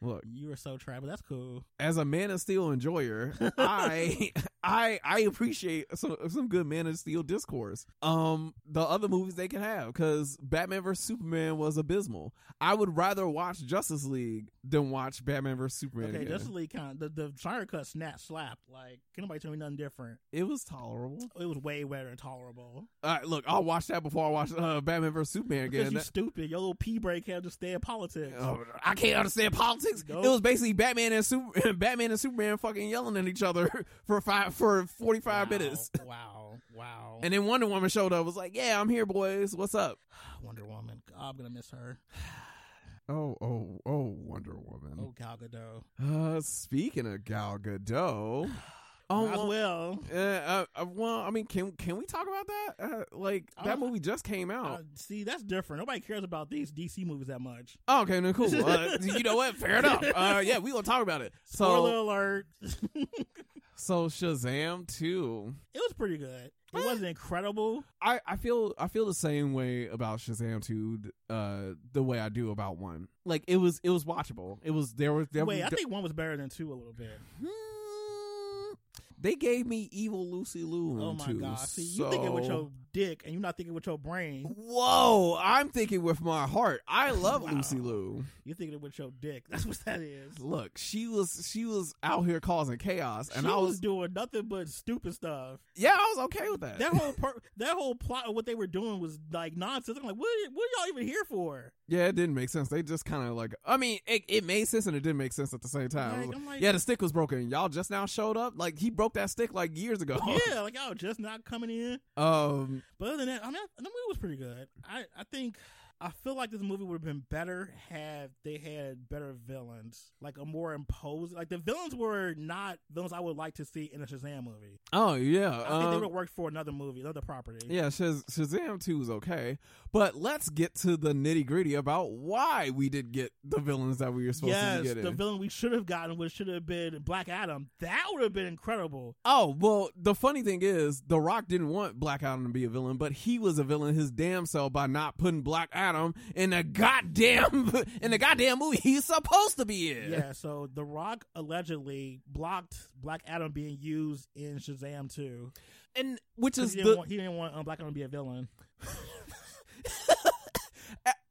S1: Look,
S2: you are so trash, but that's cool.
S1: as a Man of Steel enjoyer, I I I appreciate some some good Man of Steel discourse. Um, the other movies they can have because Batman vs Superman was abysmal. I would rather watch Justice League than watch Batman vs Superman.
S2: Okay,
S1: again.
S2: Justice League kind of the the Snyder cut snap slapped. Like, can nobody tell me nothing different?
S1: it was tolerable.
S2: It was way better and tolerable.
S1: All right, look, I'll watch that before I watch uh, Batman vs Superman
S2: Because
S1: again.
S2: you stupid. Your little pee break had to stay in politics.
S1: Oh, I can't understand politics.
S2: Nope.
S1: It was basically Batman and Super, Batman and Superman fucking yelling at each other for five for forty five
S2: Wow,
S1: minutes,
S2: Wow, wow.
S1: and then Wonder Woman showed up. Was like, "Yeah, I'm here, boys. What's up?"
S2: Wonder Woman. God, I'm gonna miss her.
S1: Oh, oh, oh, Wonder Woman.
S2: Oh, Gal Gadot.
S1: Uh, speaking of Gal Gadot, oh,
S2: Might as
S1: well,
S2: well.
S1: uh, uh, uh, well, I mean, can can we talk about that? Uh, like that
S2: Uh,
S1: movie just came out.
S2: Uh, see, that's different. Nobody cares about these DC movies that much.
S1: Oh, okay, then cool. Uh, you know what? Fair enough. Uh, yeah, we gonna talk about it. So,
S2: Spoiler alert. it
S1: so Shazam two.
S2: was pretty good. It wasn't incredible.
S1: I, I feel I feel the same way about Shazam two uh the way I do about one. Like it was it was watchable. It was there was there
S2: Wait, I
S1: was-
S2: think one was better than two a little bit.
S1: Hmm. they gave me evil Lucy Liu. in
S2: Oh my
S1: two,
S2: god! See, you thinking with
S1: so-
S2: your dick, and you're not thinking with your brain.
S1: Whoa, I'm thinking with my heart. I love
S2: Wow.
S1: Lucy Liu.
S2: You're thinking with your dick. That's what that is.
S1: Look, she was she was out here causing chaos and
S2: she
S1: I
S2: was,
S1: was Uh,
S2: doing nothing but stupid stuff.
S1: Yeah, I was okay with that.
S2: That whole per- that whole plot of what they were doing was like nonsense. I'm like, what? What are y'all even here for?
S1: Yeah, it didn't make sense. They just kind of like, I mean, it, it made sense and it didn't make sense at the same time. It was
S2: Like,
S1: like,
S2: I'm like-
S1: yeah, the stick was broken. Y'all just now showed up. Like he broke that stick like years ago.
S2: Yeah, like y'all just not coming in.
S1: Um.
S2: But other than that, I mean, the movie was pretty good. I I think I feel like this movie would have been better had they had better villains, like a more imposing. Like the villains were not villains I would like to see in a Shazam movie.
S1: Oh yeah.
S2: I think they
S1: um,
S2: would have worked for another movie, another property.
S1: yeah. Shaz- Shazam two is okay, but let's get to the nitty gritty about why we did get the villains that we were supposed
S2: yes,
S1: to get in.
S2: the villain we should have gotten which should have been Black Adam. That would have been incredible.
S1: oh well, the funny thing is, The Rock didn't want Black Adam to be a villain, but he was a villain his damn self by not putting Black Adam in the goddamn in the goddamn movie he's supposed to be in.
S2: Yeah, so The Rock allegedly blocked Black Adam being used in Shazam 2.
S1: and which
S2: 'Cause
S1: is
S2: He didn't,
S1: the
S2: want, he didn't want um, Black Adam to be a villain.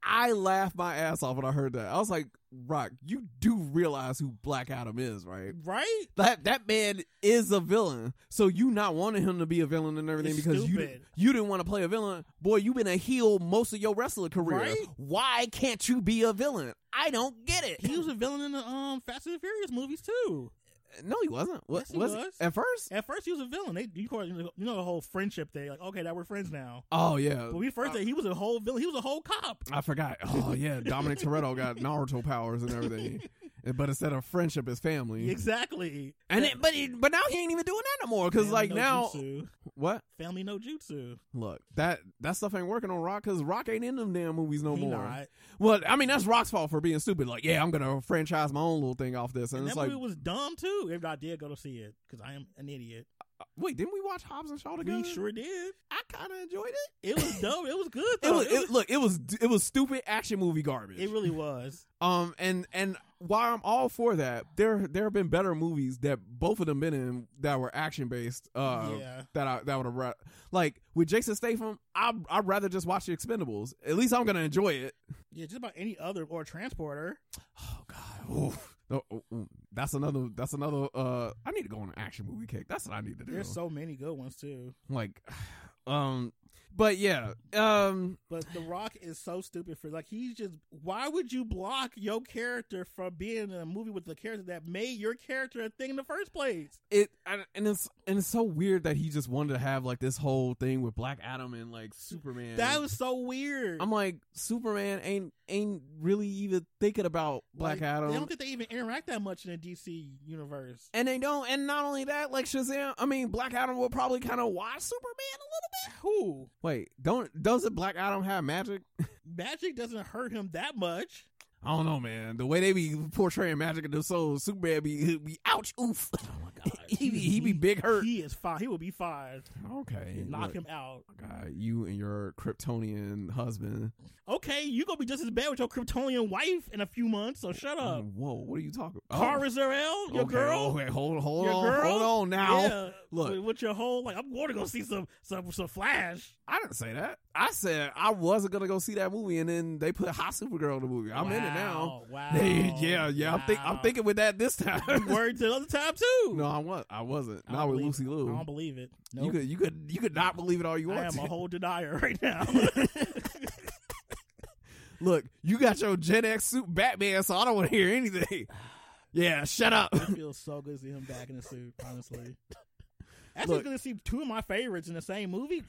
S1: I laughed my ass off when I heard that. I was like, Rock, you do realize who Black Adam is, right?
S2: Right?
S1: That that man is a villain. So you not wanting him to be a villain and everything
S2: It's
S1: because
S2: stupid.
S1: you you didn't want to play a villain. Boy, you've been a heel most of your wrestling career.
S2: Right?
S1: Why can't you be a villain? I don't get it.
S2: He was a villain in the um, Fast and the Furious movies, too.
S1: no, he wasn't. What
S2: Yes, he was.
S1: at first?
S2: At first, he was a villain. They, you, call, you know the whole friendship thing. Like, okay, now we're friends now.
S1: Oh yeah.
S2: But we first, he was a whole villain. He was a whole cop.
S1: I forgot. Oh yeah, Dominic Toretto got Naruto powers and everything. But instead of friendship, it's family.
S2: Exactly.
S1: And it, but it, but now he ain't even doing that no more because
S2: Family
S1: like
S2: no
S1: now
S2: jutsu.
S1: what
S2: Family no jutsu.
S1: look that that stuff ain't working on Rock because Rock ain't in them damn movies no
S2: He
S1: more.
S2: not.
S1: Well, I mean that's Rock's fault for being stupid. Like yeah, I'm gonna franchise my own little thing off this, and,
S2: And that
S1: it's like
S2: movie was dumb too. If I did go to see it, because I am an idiot.
S1: wait, didn't we watch Hobbs and Shaw together?
S2: We sure did.
S1: I kind of enjoyed it. Uh,
S2: It was dumb. It was good.
S1: It
S2: Though.
S1: was it, look, it was it was stupid action movie garbage.
S2: it really was.
S1: um, and and while I'm all for that, there there have been better movies that both of them been in that were action based. Uh,
S2: yeah.
S1: that I that would have ra- like with Jason Statham. I I'd rather just watch the Expendables. At least I'm gonna enjoy it.
S2: Yeah, just about any other or transporter.
S1: Oh God, Oof. Oh, oh, oh. that's another. That's another. Uh, I need to go on an action movie kick. That's what I need to do.
S2: There's so many good ones too.
S1: like, um, But yeah, um,
S2: But The Rock is so stupid for like he's just why would you block your character from being in a movie with the character that made your character a thing in the first place?
S1: it and and it's and it's so weird that he just wanted to have like this whole thing with Black Adam and like Superman.
S2: That was so weird.
S1: I'm like Superman ain't ain't really even thinking about Black
S2: Like,
S1: Adam.
S2: They don't think they even interact that much in the DC universe.
S1: and they don't, and not only that, like Shazam. I mean, Black Adam will probably kind of watch Superman a little bit.
S2: Who?
S1: Wait, don't doesn't Black Adam have magic?
S2: Magic doesn't hurt him that much.
S1: I don't know, man. The way they be portraying magic in their souls, Superman be be ouch oof.
S2: Oh my god.
S1: He be- he be big hurt.
S2: He is fine. He will be fine.
S1: Okay,
S2: Knock
S1: look,
S2: him out.
S1: God, you and your Kryptonian husband.
S2: Okay, you gonna be just as bad with your Kryptonian wife in a few months, so shut up.
S1: Oh, Whoa, what are you talking? about?
S2: Kara Zor-El, your
S1: Oh. okay, oh,
S2: girl.
S1: Okay, hold hold
S2: Your
S1: on,
S2: girl?
S1: hold on now.
S2: Yeah.
S1: Look.
S2: With, with your whole like I'm going to go see some some some Flash.
S1: I didn't say that. I said I wasn't gonna go see that movie, and then they put Hot Supergirl in the movie. I'm in it now.
S2: Wow, Wow.
S1: Hey, yeah, yeah. I'm think I'm
S2: wow.
S1: thinking with that this
S2: Oh, You
S1: time.
S2: worried to the other time too.
S1: no, I was I wasn't.
S2: I
S1: Not
S2: don't
S1: with
S2: believe-
S1: Lucy Liu.
S2: I don't believe it. No,
S1: You could you could you could not believe it all you
S2: I
S1: want.
S2: am
S1: to.
S2: a whole denier right now.
S1: Look, you got your Gen X suit Batman, so I don't want to hear anything. Yeah, shut up.
S2: It feels so good to see him back in the suit, honestly. Actually,
S1: Look.
S2: going to see two of my favorites in the same movie.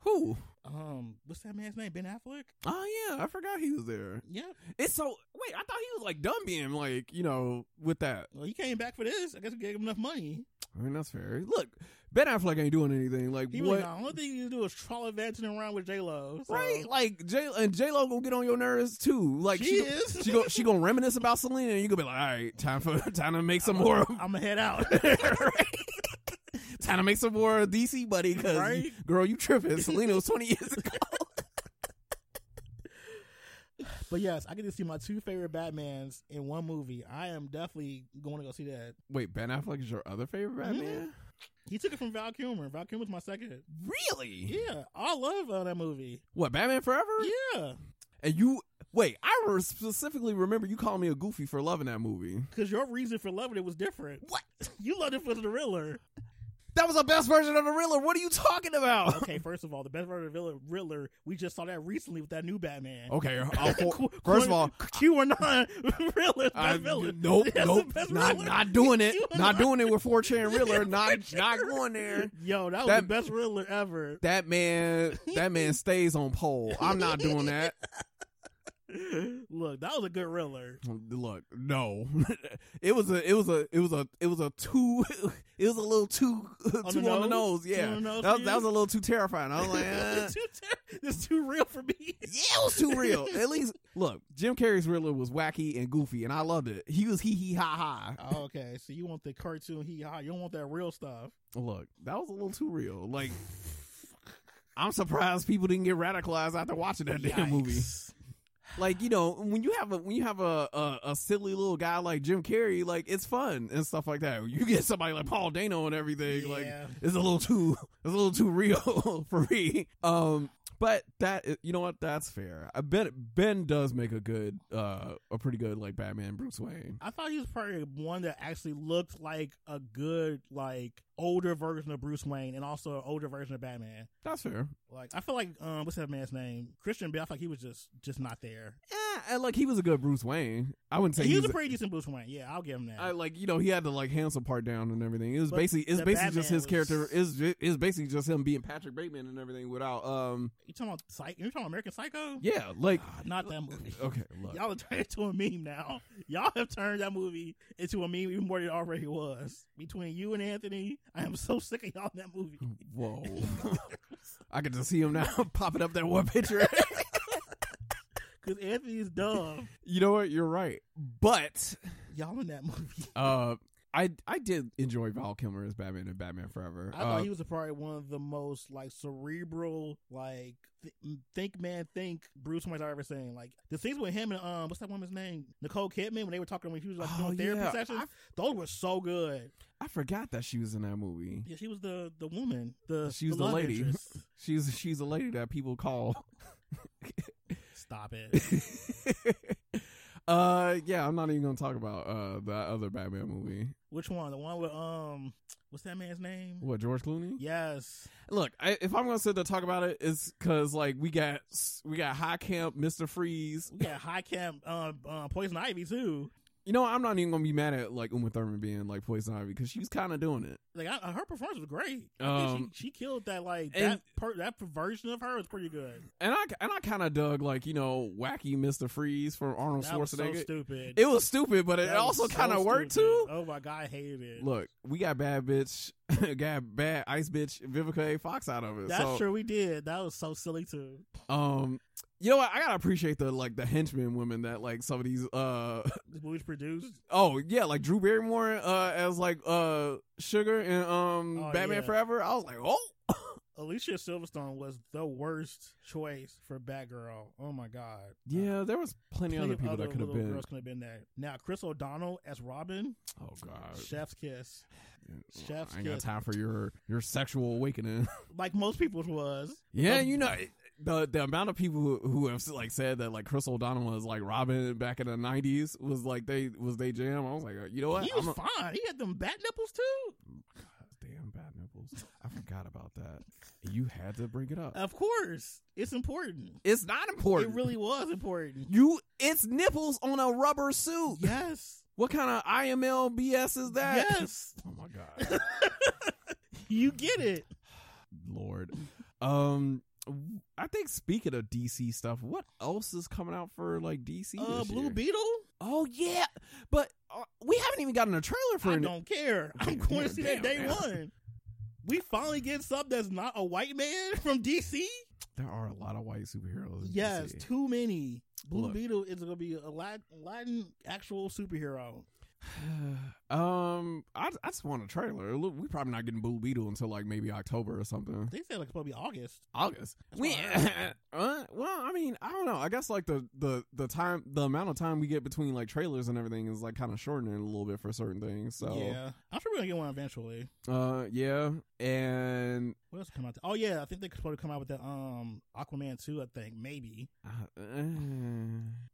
S1: Who?
S2: Um, what's that man's name? Ben Affleck.
S1: Oh yeah, I forgot he was there.
S2: Yeah,
S1: It's so wait, I thought he was like done being like you know with that.
S2: well, he came back for this. I guess we gave him enough money.
S1: I mean that's fair. Look, Ben Affleck ain't doing anything. Like
S2: He
S1: what?
S2: was like, "Nah, the only thing you do is trollivanting around with J Lo. So.
S1: Right, like J and J Lo gonna get on your nerves too. Like she,
S2: She
S1: gon-
S2: is.
S1: she gonna she gonna reminisce about Selena, and you gonna be like, all right, time for time to make some more,
S2: I'm gonna head out.
S1: time to make some more DC buddy, because
S2: Right.
S1: girl, you tripping. Selena was twenty years ago.
S2: but yes, I get to see my two favorite Batmans in one movie. I am definitely going to go see that.
S1: Wait, Ben Affleck is your other favorite Batman?
S2: He took it from Val Kilmer. Val Kilmer's my second.
S1: Really?
S2: Yeah, I love uh, that movie.
S1: What Batman Forever?
S2: Yeah,
S1: And you wait, I re- specifically remember you calling me a goofy for loving that movie.
S2: because your reason for loving it was different.
S1: What?
S2: You loved it for the thriller.
S1: That was the best version of the Riddler. What are you talking about?
S2: okay, first of all, the best version of Riddler, Riddler, we just saw that recently with that new Batman.
S1: Okay, I'll- Oh, first of all,
S2: Q or non Riddler's best
S1: I,
S2: villain.
S1: nope,
S2: That's the
S1: nope,
S2: best
S1: not
S2: Riddler.
S1: not doing it,
S2: You are
S1: not doing it with four chan Riddler, not
S2: 4chan
S1: not going there.
S2: Yo, that was
S1: That-
S2: the best Riddler ever.
S1: That man, that man stays on pole. I'm not doing that.
S2: Look, that was a good Riddler.
S1: Look, no, it was a, it was a, it was a, it was a two, it was a little too, too
S2: the
S1: on the
S2: nose?
S1: nose. Yeah,
S2: Too on the nose
S1: that,
S2: for
S1: was, that
S2: you?
S1: was a little too terrifying. I was like, eh.
S2: it's, too ter- it's too real for me.
S1: Yeah, it was too real. At least, look, Jim Carrey's Riddler was wacky and goofy, and I loved it. He was hee hee ha ha.
S2: Oh, okay, so you want the cartoon hee ha? You don't want that real stuff.
S1: Look, that was a little too real. Like, I'm surprised people didn't get radicalized after watching that damn movie.
S2: Yikes.
S1: Like, you know, when you have a when you have a, a a silly little guy like Jim Carrey, like it's fun and stuff like that. You get somebody like Paul Dano and everything, like
S2: Yeah.
S1: it's a little too it's a little too real for me. Um, but that you know what? That's fair. I bet Ben does make a good, uh, a pretty good like Batman Bruce Wayne.
S2: I thought he was probably one that actually looked like a good, like older version of Bruce Wayne, and also an older version of Batman.
S1: That's fair.
S2: Like I feel like um, what's that man's name? Christian Bale. I feel like he was just just not there.
S1: Yeah, and, like he was a good Bruce Wayne. I wouldn't say
S2: he was a
S1: a-
S2: pretty decent Bruce Wayne. Yeah, I'll give him that.
S1: I like you know he had to like handsome part down and everything. It was
S2: But
S1: basically it's
S2: the
S1: basically just
S2: Batman
S1: his character
S2: was-
S1: is is basically just him being Patrick Bateman and everything without um
S2: you talking about Psych? You talking about American Psycho?
S1: yeah like
S2: Ah, not that movie.
S1: okay look
S2: Y'all have turned it to a meme now. Y'all have turned that movie into a meme even more than it already was. Between you and Anthony, I am so sick of y'all in that movie.
S1: whoa I can just see him now popping up that one picture.
S2: Because Anthony is dumb.
S1: you know what? You're right, but
S2: Y'all in that movie.
S1: uh. I, I did enjoy Val Kilmer as Batman in Batman Forever.
S2: I thought
S1: Uh,
S2: he was probably one of the most like cerebral, like th- think man think Bruce Wayne I've ever seen. Like the things with him and um, what's that woman's name? Nicole Kidman when they were talking when she was like
S1: Oh,
S2: doing therapy
S1: yeah.
S2: sessions.
S1: I-
S2: those were so good.
S1: I forgot that she was in that movie.
S2: Yeah, she was the the woman. The
S1: She was the
S2: the love
S1: lady.
S2: interest.
S1: She's she's a
S2: Oh.
S1: lady that people call
S2: Stop it.
S1: Uh, yeah, I'm not even gonna talk about uh that other Batman movie.
S2: Which one? The one with um, what's that man's name?
S1: What George Clooney?
S2: Yes.
S1: Look, I, if I'm gonna sit there and talk about it, it's because like we got we got High Camp, Mister Freeze.
S2: We got High Camp, um, uh, Poison Ivy too.
S1: You know, I'm not even gonna be mad at like Uma Thurman being like Poison Ivy because she was kind of doing it.
S2: Like I, her performance was great. I think
S1: Um,
S2: she, she killed that. Like
S1: and-
S2: that per, that version of her was pretty good.
S1: And I and I kind of dug like you know wacky Mister Freeze from Arnold
S2: That was so
S1: Schwarzenegger.
S2: stupid.
S1: it was stupid, but it
S2: That was
S1: also
S2: so
S1: kind of worked
S2: stupid.
S1: too.
S2: Oh my god, I hated it.
S1: Look, we got bad bitch, got bad ice bitch Vivica A. Fox out of it.
S2: that's
S1: so,
S2: true. We did. That was so silly too.
S1: Um, you know what? I gotta appreciate the like the henchmen women that like some of these. Uh,
S2: This movie's produced.
S1: oh yeah, like Drew Barrymore uh, as like uh Sugar and um
S2: Oh,
S1: Batman
S2: yeah.
S1: Forever. I was like, oh,
S2: Alicia Silverstone was the worst choice for Batgirl. Oh my god.
S1: yeah. There was Uh, plenty,
S2: Plenty
S1: other
S2: of
S1: people
S2: other
S1: that could have
S2: little
S1: been.
S2: Girls could have been there. Now Chris O'Donnell as Robin.
S1: Oh god,
S2: Chef's kiss. Chef's
S1: I ain't got
S2: kiss.
S1: time for your your sexual awakening.
S2: Like most people's was.
S1: Yeah,
S2: Um,
S1: you know the the amount of people who, who have like said that like Chris O'Donnell was like Robin back in the nineties was like they was they jam. I was like, uh, you know what?
S2: He was
S1: I'm a-
S2: fine. He had them bat nipples too.
S1: Damn bad nipples. I forgot about that. You had to bring it up.
S2: Of course. It's important.
S1: it's not important.
S2: It really was important.
S1: you. It's nipples on a rubber suit.
S2: Yes.
S1: What kind of IML BS is that?
S2: Yes.
S1: Oh my god,
S2: You get it.
S1: Lord. Um, I think speaking of DC stuff, what else is coming out for like DC?
S2: Uh,
S1: this
S2: Blue
S1: year?
S2: Beetle?
S1: Oh yeah, but uh, we haven't even gotten a trailer for
S2: I
S1: it.
S2: don't care. I'm
S1: Damn,
S2: going to see that
S1: damn,
S2: day
S1: damn.
S2: one. We finally get something that's not a white man from DC.
S1: There are a lot of white superheroes. in
S2: Yes,
S1: DC.
S2: too many. Blue
S1: Look.
S2: Beetle is going to be a Latin, Latin actual superhero.
S1: um, I, I just want a trailer. Look, we probably not getting Blue Beetle until like maybe October or something.
S2: They said like it's supposed to be August.
S1: August. We,
S2: what
S1: uh, well, I mean, I don't know. I guess like the the the time, the amount of time we get between like trailers and everything is like kind of shortening a little bit for certain things. So,
S2: yeah, I'm sure we're gonna get one eventually.
S1: uh, yeah, and
S2: What else come out? Oh yeah, I think they're supposed to come out with that um Aquaman two. I think maybe.
S1: Uh,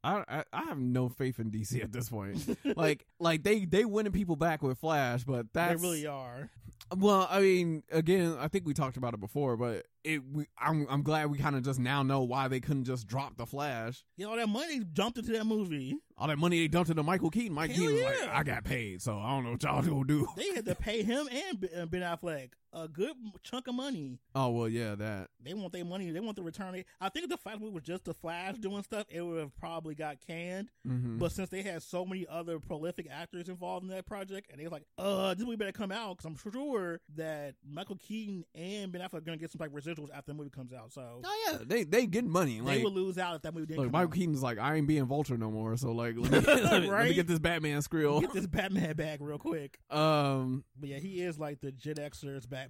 S1: I, I I have no faith in DC at this point. like like they they winning people back with Flash, but that's
S2: they really are.
S1: well. I mean, again, I think we talked about it before, but it we, I'm I'm glad we kind of just now know why they couldn't just drop the Flash.
S2: Yeah, all that money jumped into that movie.
S1: All that money they dumped into Michael Keaton. Mike
S2: Hell
S1: Keaton was like,
S2: yeah.
S1: I got paid, so I don't know what y'all gonna do.
S2: They had to pay him and B- uh, Ben Affleck a good chunk of money.
S1: Oh well, yeah, that.
S2: They want their money. They want the return. I think if the Flash movie was just the Flash doing stuff, it would have probably got canned.
S1: hmm
S2: But since they had so many other prolific actors involved in that project, and they was like, "Uh, this movie better come out," because I'm sure that Michael Keaton and Ben Affleck are gonna get some like residuals after the movie comes out. So
S1: oh yeah, they they getting money. Like
S2: they would lose out if that movie didn't
S1: look,
S2: come
S1: Michael
S2: out.
S1: Keaton's like, I ain't being Vulture no more. So like, let me, let me- let me
S2: Right?
S1: get this Batman skrill.
S2: Get this Batman back real quick.
S1: Um,
S2: But yeah, he is like the Gen Xers Batman.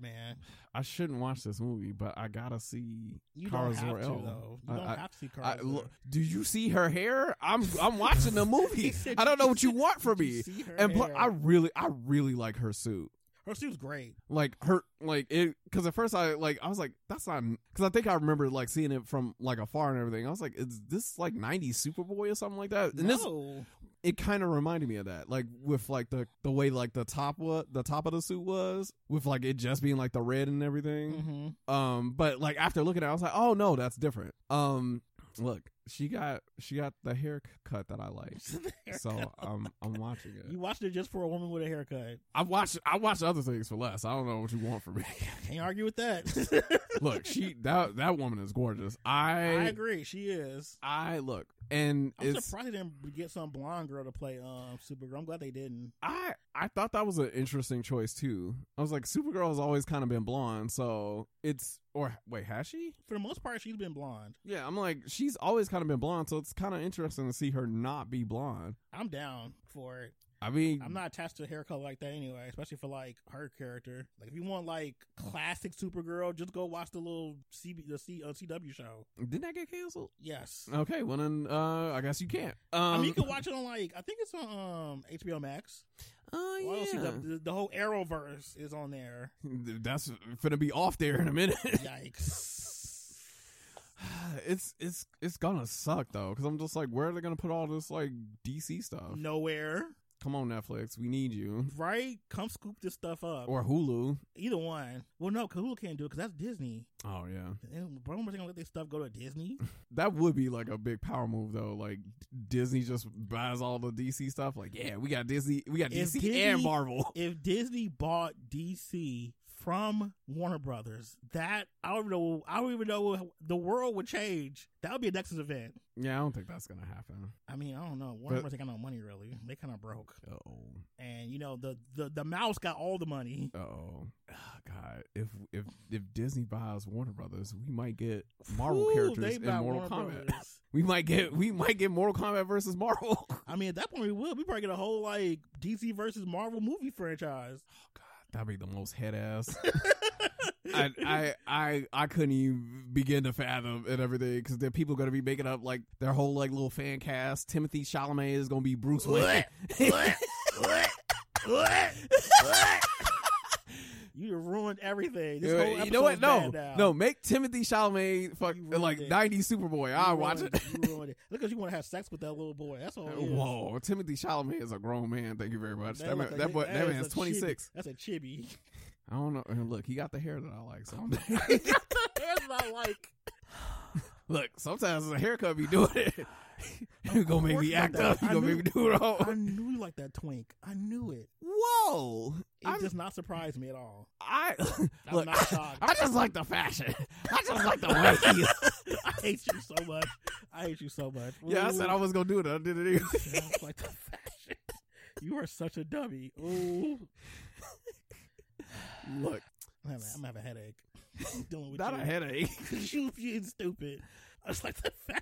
S1: I shouldn't watch this movie, but I gotta see
S2: You
S1: Kara
S2: don't have to
S1: Zor-El.
S2: though. You
S1: I-
S2: don't
S1: I-
S2: have to see Kara
S1: I,
S2: Zor-El.
S1: look, do you see her hair? I'm I'm watching the movie.
S2: said,
S1: I don't know what you
S2: "Did
S1: want from
S2: you
S1: me.
S2: see her
S1: And plus,
S2: hair?
S1: I really I really like her suit.
S2: her suit's great.
S1: Like her like it because at first I like I was like that's not because I think I remember like seeing it from like afar and everything. I was like, is this like '90s Superboy or something like that? And this
S2: no,
S1: it kind of reminded me of that like with like the the way like the top what the top of the suit was with like it just being like the red and everything.
S2: hmm
S1: Um, but like after looking at, it, I was like, oh no, that's different. Um, look, she got she got the haircut that I like, so I'm I'm watching it.
S2: you watched it just for a woman with a haircut.
S1: I watch I watch other things for less. I don't know what you want from me.
S2: Can't argue with that.
S1: look, she that that woman is gorgeous. I
S2: I agree. She is.
S1: I look and
S2: I'm
S1: it's
S2: surprised they didn't get some blonde girl to play um Supergirl. I'm glad they didn't.
S1: I I thought that was an interesting choice too. I was like, Supergirl has always kind of been blonde, so it's or wait, has she?
S2: For the most part, she's been blonde.
S1: Yeah, I'm like, she's always kind of been blonde, so it's kind of interesting to see her not be blonde.
S2: I'm down for it.
S1: I mean,
S2: I'm not attached to a hair color like that anyway, especially for like her character. Like if you want like classic Supergirl, just go watch the little CB, the C, uh, CW show.
S1: didn't that get canceled?
S2: Yes.
S1: Okay, well then, uh, I guess you can't. Um,
S2: I mean, you can watch it on like I think it's on um, HBO Max.
S1: Oh
S2: Well, I don't see
S1: yeah,
S2: the, the, the whole Arrowverse is on there.
S1: that's gonna be off there in a minute.
S2: Yikes!
S1: it's it's it's gonna suck though, because I'm just like, where are they gonna put all this like DC stuff?
S2: Nowhere,
S1: Come on, Netflix, we need you
S2: right? Come scoop this stuff up.
S1: or Hulu.
S2: Either one. Well, no, Kahula can't do it because that's Disney.
S1: Oh yeah,
S2: And Bromer's gonna let their stuff go to Disney.
S1: that would be like a big power move though. Like Disney just buys all the DC stuff. Like yeah, we got Disney, we got
S2: If
S1: DC and
S2: Disney-
S1: Marvel.
S2: if Disney bought DC from Warner Brothers, that I don't even know. I don't even know the world would change. That would be a Nexus event.
S1: Yeah, I don't think that's gonna happen.
S2: I mean, I don't know. Warner
S1: But-
S2: Brothers ain't got no money really. They kind of broke,
S1: Oh,
S2: and you know the the the mouse got all the money.
S1: oh, God! If if if Disney buys Warner Brothers, we might get Marvel
S2: Ooh,
S1: characters
S2: they
S1: in
S2: bought
S1: Mortal
S2: Warner
S1: Kombat.
S2: Brothers.
S1: We might get we might get Mortal Kombat versus Marvel.
S2: I mean, at that point, we would. We probably get a whole like DC versus Marvel movie franchise.
S1: That'd be the most head ass. I, I I I couldn't even begin to fathom and everything because there are people going to be making up like their whole like little fan cast. Timothy Chalamet is going to be Bruce Wayne.
S2: You ruined everything. This whole
S1: you know what? No,
S2: episode's bad now.
S1: no. Make Timothy Chalamet fuck
S2: You ruined
S1: like
S2: it.
S1: ninety Superboy. I
S2: You
S1: watch
S2: ruined
S1: it.
S2: You ruined it. Oh, Look, 'cause you want to have sex with that little boy. That's all. it is.
S1: Whoa, Timothy Chalamet is a grown man. Thank you very much. That, man,
S2: looks like-
S1: that, boy, that,
S2: is
S1: man's
S2: a
S1: twenty six.
S2: chibi. That's a chibi.
S1: I don't know. And look, he got the hair that I like. So I'm-
S2: That's not like.
S1: look, sometimes the haircut be doing it. you gonna make
S2: course
S1: me
S2: you
S1: act
S2: don't.
S1: up. You
S2: I
S1: gonna
S2: knew-
S1: make me do it all.
S2: I knew you like that twink. I knew it.
S1: Whoa!
S2: It
S1: I'm-
S2: does not surprise me at all.
S1: I
S2: I'm
S1: look.
S2: not shocked.
S1: I just like the fashion. I just like the way he is.
S2: I hate you so much. I hate you so much.
S1: Yeah, I said I
S2: Ooh.
S1: was gonna do it. I did it. Anyway.
S2: Sounds like the fashion. You are such a dummy. Ooh,
S1: Look,
S2: I'm having, I'm having a headache. I'm dealing with
S1: not
S2: you.
S1: a headache.
S2: you being stupid. I was like the fashion.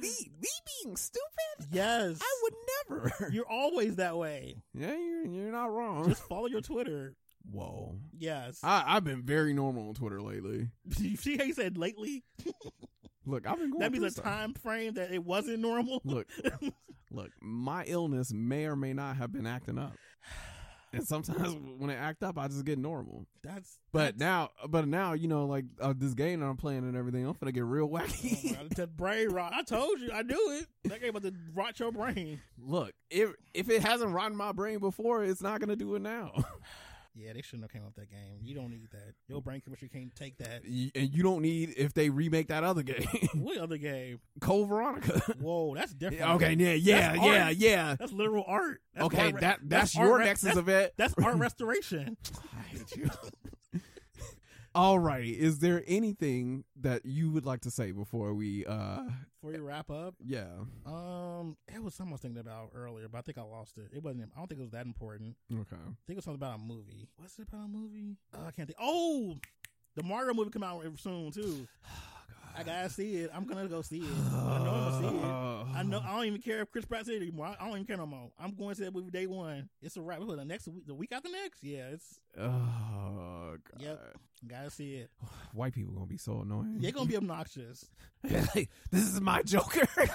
S1: Me, me being stupid.
S2: Yes,
S1: would never.
S2: You're always that way.
S1: yeah, you're you're not wrong.
S2: Just follow your Twitter.
S1: Whoa.
S2: Yes.
S1: I, I've been very normal on Twitter lately.
S2: You See how you said lately?
S1: Look, I've been going.
S2: That
S1: through
S2: means a
S1: stuff.
S2: time frame that it wasn't normal.
S1: Look, look, my illness may or may not have been acting up, and sometimes when it act up, I just get normal.
S2: That's
S1: But now, but now, you know, like uh, this game that I'm playing and everything, I'm gonna get real wacky.
S2: the brain rot. I told you, I knew it. That game about to rot your brain.
S1: Look, if if it hasn't rotten my brain before, it's not gonna do it now.
S2: Yeah, they shouldn't have came up with that game. You don't need that. Your brain chemistry can't take that.
S1: Y- and you don't need if they remake that other game,
S2: What other game?
S1: Cole Veronica.
S2: Whoa, that's different.
S1: okay, yeah, yeah,
S2: That's
S1: yeah,
S2: art.
S1: yeah.
S2: that's literal art. That's
S1: okay,
S2: art re-
S1: that that's,
S2: art
S1: your
S2: re-
S1: Nexus
S2: That's,
S1: event.
S2: that's art restoration.
S1: I hate you. Alrighty, is there anything that you would like to say before we? uh
S2: Before you wrap up,
S1: Yeah,
S2: um, it was something I was thinking about earlier, but I think I lost it. It wasn't. I don't think it was that important.
S1: okay.
S2: I think it was something about a movie. What's it about a movie? Oh, I can't think. Oh, the Mario movie come out soon too. I gotta see it. I'm gonna go see it. I know I'm gonna see it. I know. I don't even care if Chris Pratt's in it anymore. I I don't even care no more. I'm going to that movie day one. It's a wrap. What, The next week, the week after next, yeah, it's
S1: Oh god.
S2: Yep. gotta see it.
S1: White people gonna be so annoying.
S2: They're gonna be obnoxious.
S1: Like, this is my Joker.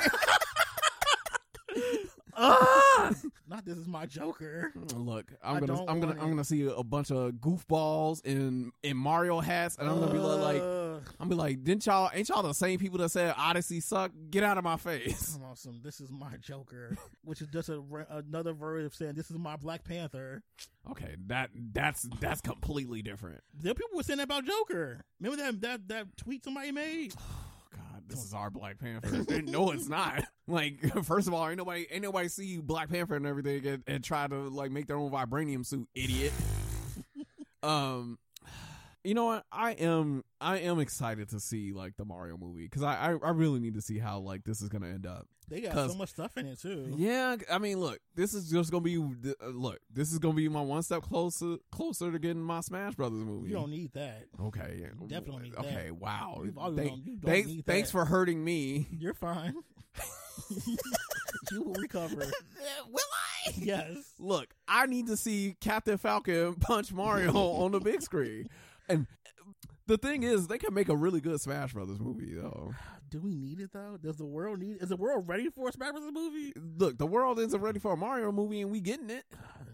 S2: Not this is my Joker.
S1: Look,
S2: Ah! I
S1: I'm gonna
S2: don't
S1: I'm gonna
S2: want
S1: I'm
S2: it.
S1: gonna see a bunch of goofballs in in Mario hats, and I'm gonna be like,
S2: Ugh.
S1: I'm be like, didn't y'all ain't y'all the same people that said Odyssey suck? Get out of my face.
S2: I'm awesome. This is my Joker, which is just a, re- another version of saying this is my Black Panther.
S1: Okay, that that's that's completely different.
S2: There people were saying that about Joker. Remember that that that tweet somebody made?
S1: Oh God, this is our Black Panther. no, it's not. Like, first of all, ain't nobody ain't nobody see Black Panther and everything and, and try to like make their own vibranium suit, idiot. um, you know what? I am I am excited to see like the Mario movie because I, I I really need to see how like this is gonna end up.
S2: They got
S1: 'Cause-
S2: so much stuff in it too.
S1: Yeah, I mean, look, this is just gonna be uh, look, this is gonna be my one step closer closer to getting my Smash Brothers movie.
S2: You don't need that.
S1: okay, yeah.
S2: you definitely need that.
S1: okay, wow.
S2: You've always
S1: Oh, Thank-
S2: known you don't
S1: thanks,
S2: need
S1: thanks
S2: that.
S1: for hurting me.
S2: You're fine. you will recover.
S1: Will I?
S2: Yes.
S1: Look, I need to see Captain Falcon punch Mario on the big screen. And the thing is, they can make a really good Smash Brothers movie, though.
S2: Do we need it though? Does the world need? Is the world ready for a Smash Brothers movie?
S1: Look, the world isn't ready for a Mario movie, and we getting it.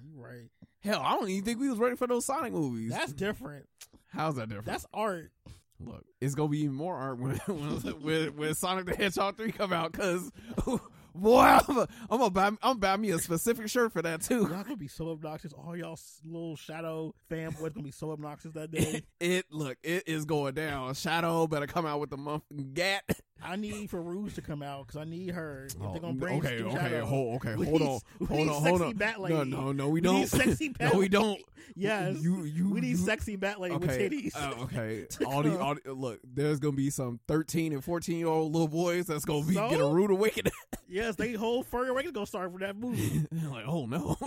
S2: You're Right.
S1: Hell, I don't even think we was ready for those Sonic movies.
S2: That's different.
S1: How's that different?
S2: That's art.
S1: Look, it's gonna be even more art when when, when, when Sonic the Hedgehog three come out, cause boy, I'm a, I'm gonna buy I'm gonna buy me a specific shirt for that too.
S2: Y'all gonna be so obnoxious. All y'all s- little shadow fanboys gonna be so obnoxious that day.
S1: It look, it is going down. Shadow better come out with the month gat.
S2: I need for Rouge to come out because I need her. If they're gonna
S1: Oh,
S2: bring
S1: okay,
S2: Stu
S1: okay,
S2: Shadow.
S1: hold, okay,
S2: We
S1: hold
S2: need-
S1: on,
S2: we
S1: hold
S2: need
S1: on, hold
S2: sexy
S1: on.
S2: Bat
S1: no,
S2: Lady.
S1: no, no, we
S2: We
S1: don't.
S2: need sexy
S1: no,
S2: Bat
S1: we
S2: Lady.
S1: don't.
S2: Yes.
S1: you, you,
S2: we need
S1: you,
S2: sexy bat lady with titties.
S1: uh, Mm-hmm. okay. all the, all the, look, there's gonna be some 13 and 14 year old little boys that's gonna be
S2: So?
S1: get a rude awakening.
S2: yes, they whole furry awakening gonna start from that movie.
S1: They're like, oh no,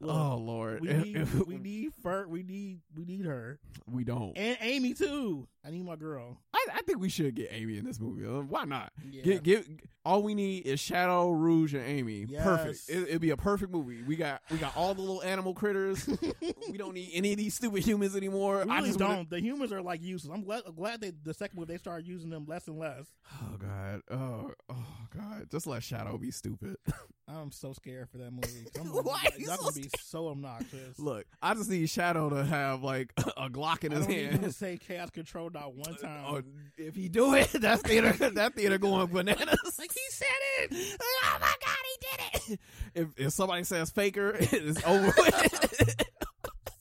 S2: Look,
S1: oh lord,
S2: we
S1: If-
S2: need
S1: if-
S2: we need fur we need we need her
S1: we don't.
S2: and Amy too. I need my girl.
S1: I, I think we should get Amy in this movie. Uh, Why not?
S2: Yeah.
S1: Get, get all we need is Shadow, Rouge, and Amy.
S2: Yes.
S1: Perfect. It, it'd be a perfect movie. We got we got all the little animal critters. we don't need any of these stupid humans anymore.
S2: We
S1: I
S2: really
S1: just
S2: don't.
S1: wanna-
S2: The humans are like useless. I'm glad, glad that the second movie they started using them less and less.
S1: Oh god. Oh oh god. Just let Shadow be stupid.
S2: I'm so scared for that movie. 'cause I'm
S1: Why
S2: gonna,
S1: are you
S2: y'all
S1: so
S2: gonna be so obnoxious.
S1: Look, I just need Shadow to have like a Glock in
S2: I
S1: his
S2: don't need um, you to
S1: hand.
S2: say chaos control not one time.
S1: Oh, if he do it, that theater that theater going bananas. Like he said it. Oh my god, he did it. If if somebody says faker, it's over. with.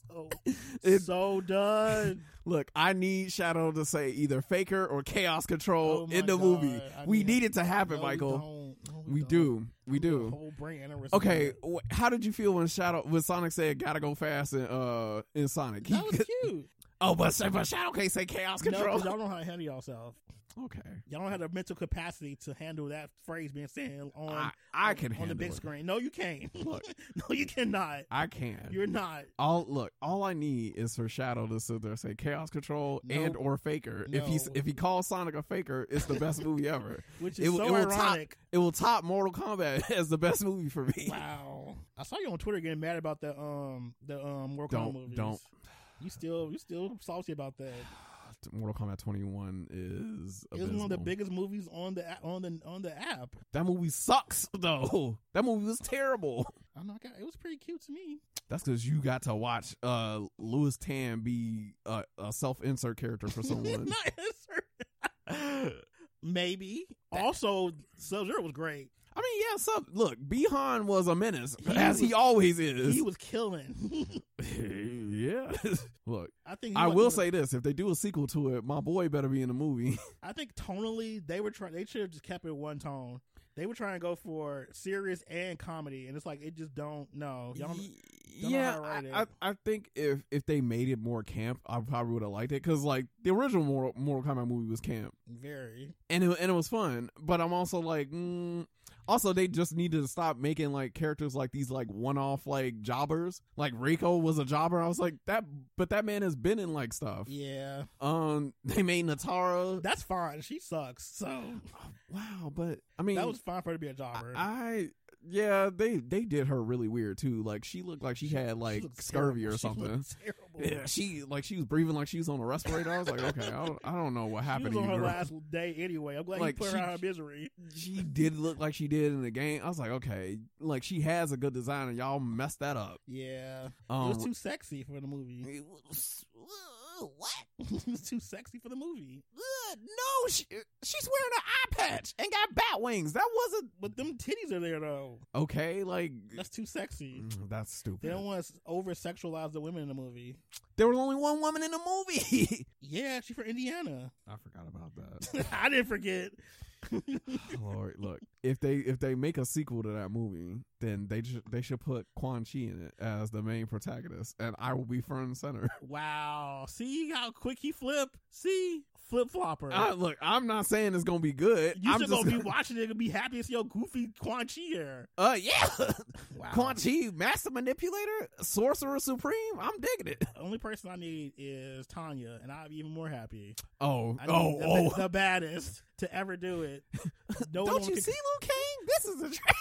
S2: so,
S1: It-
S2: Oh, so done.
S1: Look, I need Shadow to say either faker or chaos
S2: Oh
S1: control
S2: my
S1: in the
S2: God,
S1: movie.
S2: I
S1: we
S2: need-
S1: need it to happen,
S2: No,
S1: Michael.
S2: don't. No,
S1: We,
S2: don't.
S1: do. We
S2: The
S1: do.
S2: Whole brain aneurysm.
S1: Okay, wh- how did you feel when Shadow when Sonic said "gotta go fast" in uh in Sonic? He-
S2: That was cute.
S1: oh, but, but Shadow can't say chaos
S2: no, 'cause
S1: control.
S2: y'all don't know how to handle yourself.
S1: okay,
S2: Y'all don't have the mental capacity to handle that phrase being said on
S1: I I can
S2: on the
S1: handle
S2: big
S1: it.
S2: screen. No, you can't.
S1: Look.
S2: no, you cannot.
S1: I can.
S2: You're not.
S1: all look. All I need is for Shadow to sit there and say chaos control
S2: Nope.
S1: and or faker. If he
S2: No.
S1: if he calls Sonic a faker, it's the best movie ever.
S2: Which
S1: It
S2: is
S1: will-
S2: so
S1: it will top-
S2: ironic.
S1: It will top Mortal Kombat as the best movie for me.
S2: Wow. I saw you on Twitter getting mad about the um the um Mortal
S1: Don't-
S2: Kombat movies.
S1: don't.
S2: You still you still salty about that.
S1: Mortal Kombat 21 is
S2: It was one of the
S1: abysmal.
S2: biggest movies on the a- on the on the app.
S1: That movie sucks though. That movie was terrible.
S2: I know I got, it was pretty cute to me.
S1: That's because you got to watch uh Louis Tan be a, a self insert character for someone.
S2: Not answer. Maybe. Also, Sub Zero was great.
S1: I mean, yeah. So look, Bihan was a menace
S2: He
S1: as
S2: was-
S1: he always is.
S2: He was killing.
S1: yeah. look,
S2: I think he
S1: I
S2: was
S1: will
S2: doing-
S1: say this: if they do a sequel to it, my boy better be in the movie.
S2: I think tonally they were trying. They should have just kept it one tone. They were trying to go for serious and comedy, and it's like it just don't. No, y'all don't- don't know
S1: yeah,
S2: how to write
S1: I,
S2: it.
S1: I, I think if if they made it more camp, I probably would have liked it because like the original Mortal, Mortal Kombat movie was camp.
S2: very.
S1: and it, and it was fun. But I'm also like, mm, also they just needed to stop making like characters like these like one off like jobbers. Like Rico was a jobber. I was like that, but that man has been in like stuff.
S2: Yeah,
S1: Um, they made Natara.
S2: that's fine. She sucks. So
S1: wow, but I mean,
S2: that was fine for her to be a
S1: I,
S2: jobber.
S1: I- yeah, they they did her really weird too. Like she looked like she had like
S2: looked
S1: scurvy
S2: terrible.
S1: or
S2: She
S1: something.
S2: looked terrible.
S1: Yeah, she like she was breathing like she was on a respirator. I was like, okay, I don't, I don't know what
S2: she
S1: happened
S2: was
S1: to
S2: on
S1: you.
S2: her
S1: girl.
S2: last day anyway. I'm glad
S1: Like,
S2: you put
S1: she-
S2: her out of her misery.
S1: she did look like she did in the game. I was like, okay, like she has a good design, and y'all messed that up.
S2: Yeah,
S1: Um,
S2: it was too sexy for the movie.
S1: what?
S2: it was too sexy for the movie.
S1: Ugh, no, she, she's wearing an eye patch and got bat wings. That wasn't
S2: But them titties are there though.
S1: okay. Like
S2: That's too sexy.
S1: mm, that's
S2: They
S1: stupid.
S2: don't want to over sexualize the women in the movie.
S1: there was only one woman in the movie.
S2: Yeah, she from Indiana.
S1: I forgot about that.
S2: I didn't forget.
S1: Lord, look if they if they make a sequel to that movie, then they ju- they should put Quan Chi in it as the main protagonist, and I will be front and center.
S2: Wow. See how quick he flip? See? Flip flopper.
S1: I, look, I'm not saying it's gonna be good.
S2: you
S1: I'm
S2: should
S1: just
S2: gonna be watching it and be happy to see your goofy Quan Chi here.
S1: Uh, yeah.
S2: Wow.
S1: Quan Chi, Master Manipulator, Sorcerer Supreme. I'm digging it.
S2: The only person I need is Tanya, and I'll be even more happy.
S1: Oh,
S2: I need
S1: oh,
S2: the,
S1: oh.
S2: the baddest to ever do it. No one
S1: Don't you
S2: can-
S1: see, Liu Kang? This is a trap.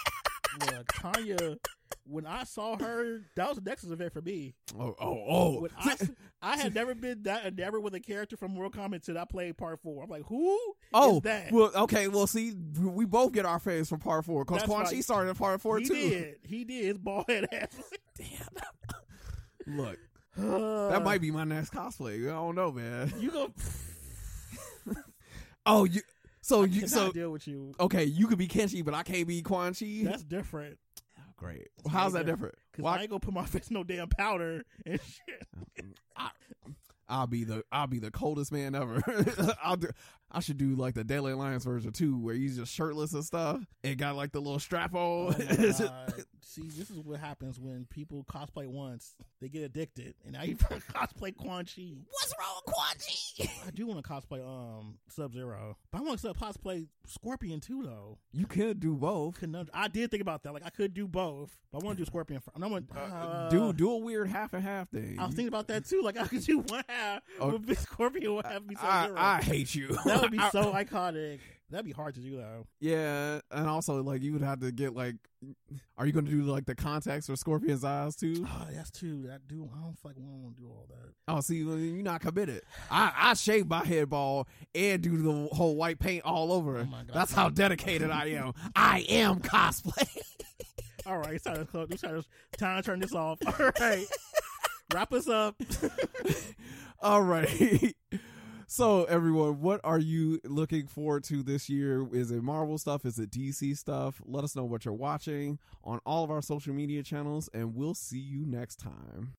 S2: Look, Tanya, when I saw her, that was a Nexus event for me.
S1: Oh, oh,
S2: When I, s- I had never been that enamored with a character from Mortal Kombat until I played Part Four. I'm like, who?
S1: Oh,
S2: is that?
S1: well, okay. Well, see, we both get our fans from part four because
S2: That's
S1: Quan
S2: right.
S1: Chi started in part four
S2: he
S1: too.
S2: did. He did. His bald head ass.
S1: Damn. Look, That might be my next cosplay. I don't know, man.
S2: You go.
S1: Oh, you. So you.
S2: Can
S1: So
S2: deal with you?
S1: okay, you could be Kenshi, but I can't be Quan Chi.
S2: That's different.
S1: great. How's that different?
S2: Cause
S1: Why-
S2: I ain't gonna put my face in no damn powder and shit.
S1: I'll be the I'll be the coldest man ever. I'll do, I should do like the Daily Alliance version too, where he's just shirtless and stuff, and got like the little strap
S2: Oh
S1: on.
S2: my God. See, this is what happens when people cosplay once; they get addicted, and now you cosplay Quan Chi.
S4: What's wrong with Quan Chi?
S2: I do want to cosplay um Sub Zero, but I want to cosplay Scorpion too, though.
S1: you could do both.
S2: Conund- I did think about that; like I could do both, but I want to do Scorpion. First. And I want uh,
S1: do do a weird half and half thing.
S2: I was thinking about that too. Like I could do one half
S1: Oh.
S2: with Big Scorpion, one half be Sub
S1: I,
S2: Zero.
S1: I hate you.
S2: That would be
S1: I-
S2: so iconic. That'd be hard to do though.
S1: yeah, and also like you would have to get like, are you going to do like the contacts for Scorpion's eyes too?
S2: Oh, that's too. That do. I don't feel like one want to do all that.
S1: Oh, see, you're not committed. I I shave my head bald and do the whole white paint all over.
S2: Oh my God.
S1: That's how dedicated I am. I am cosplay.
S2: All right, it's time to close. It's time to, time to turn this off. All right, wrap us up.
S1: All right. So everyone, what are you looking forward to this year? Is it Marvel stuff? Is it DC stuff? Let us know what you're watching on all of our social media channels and we'll see you next time.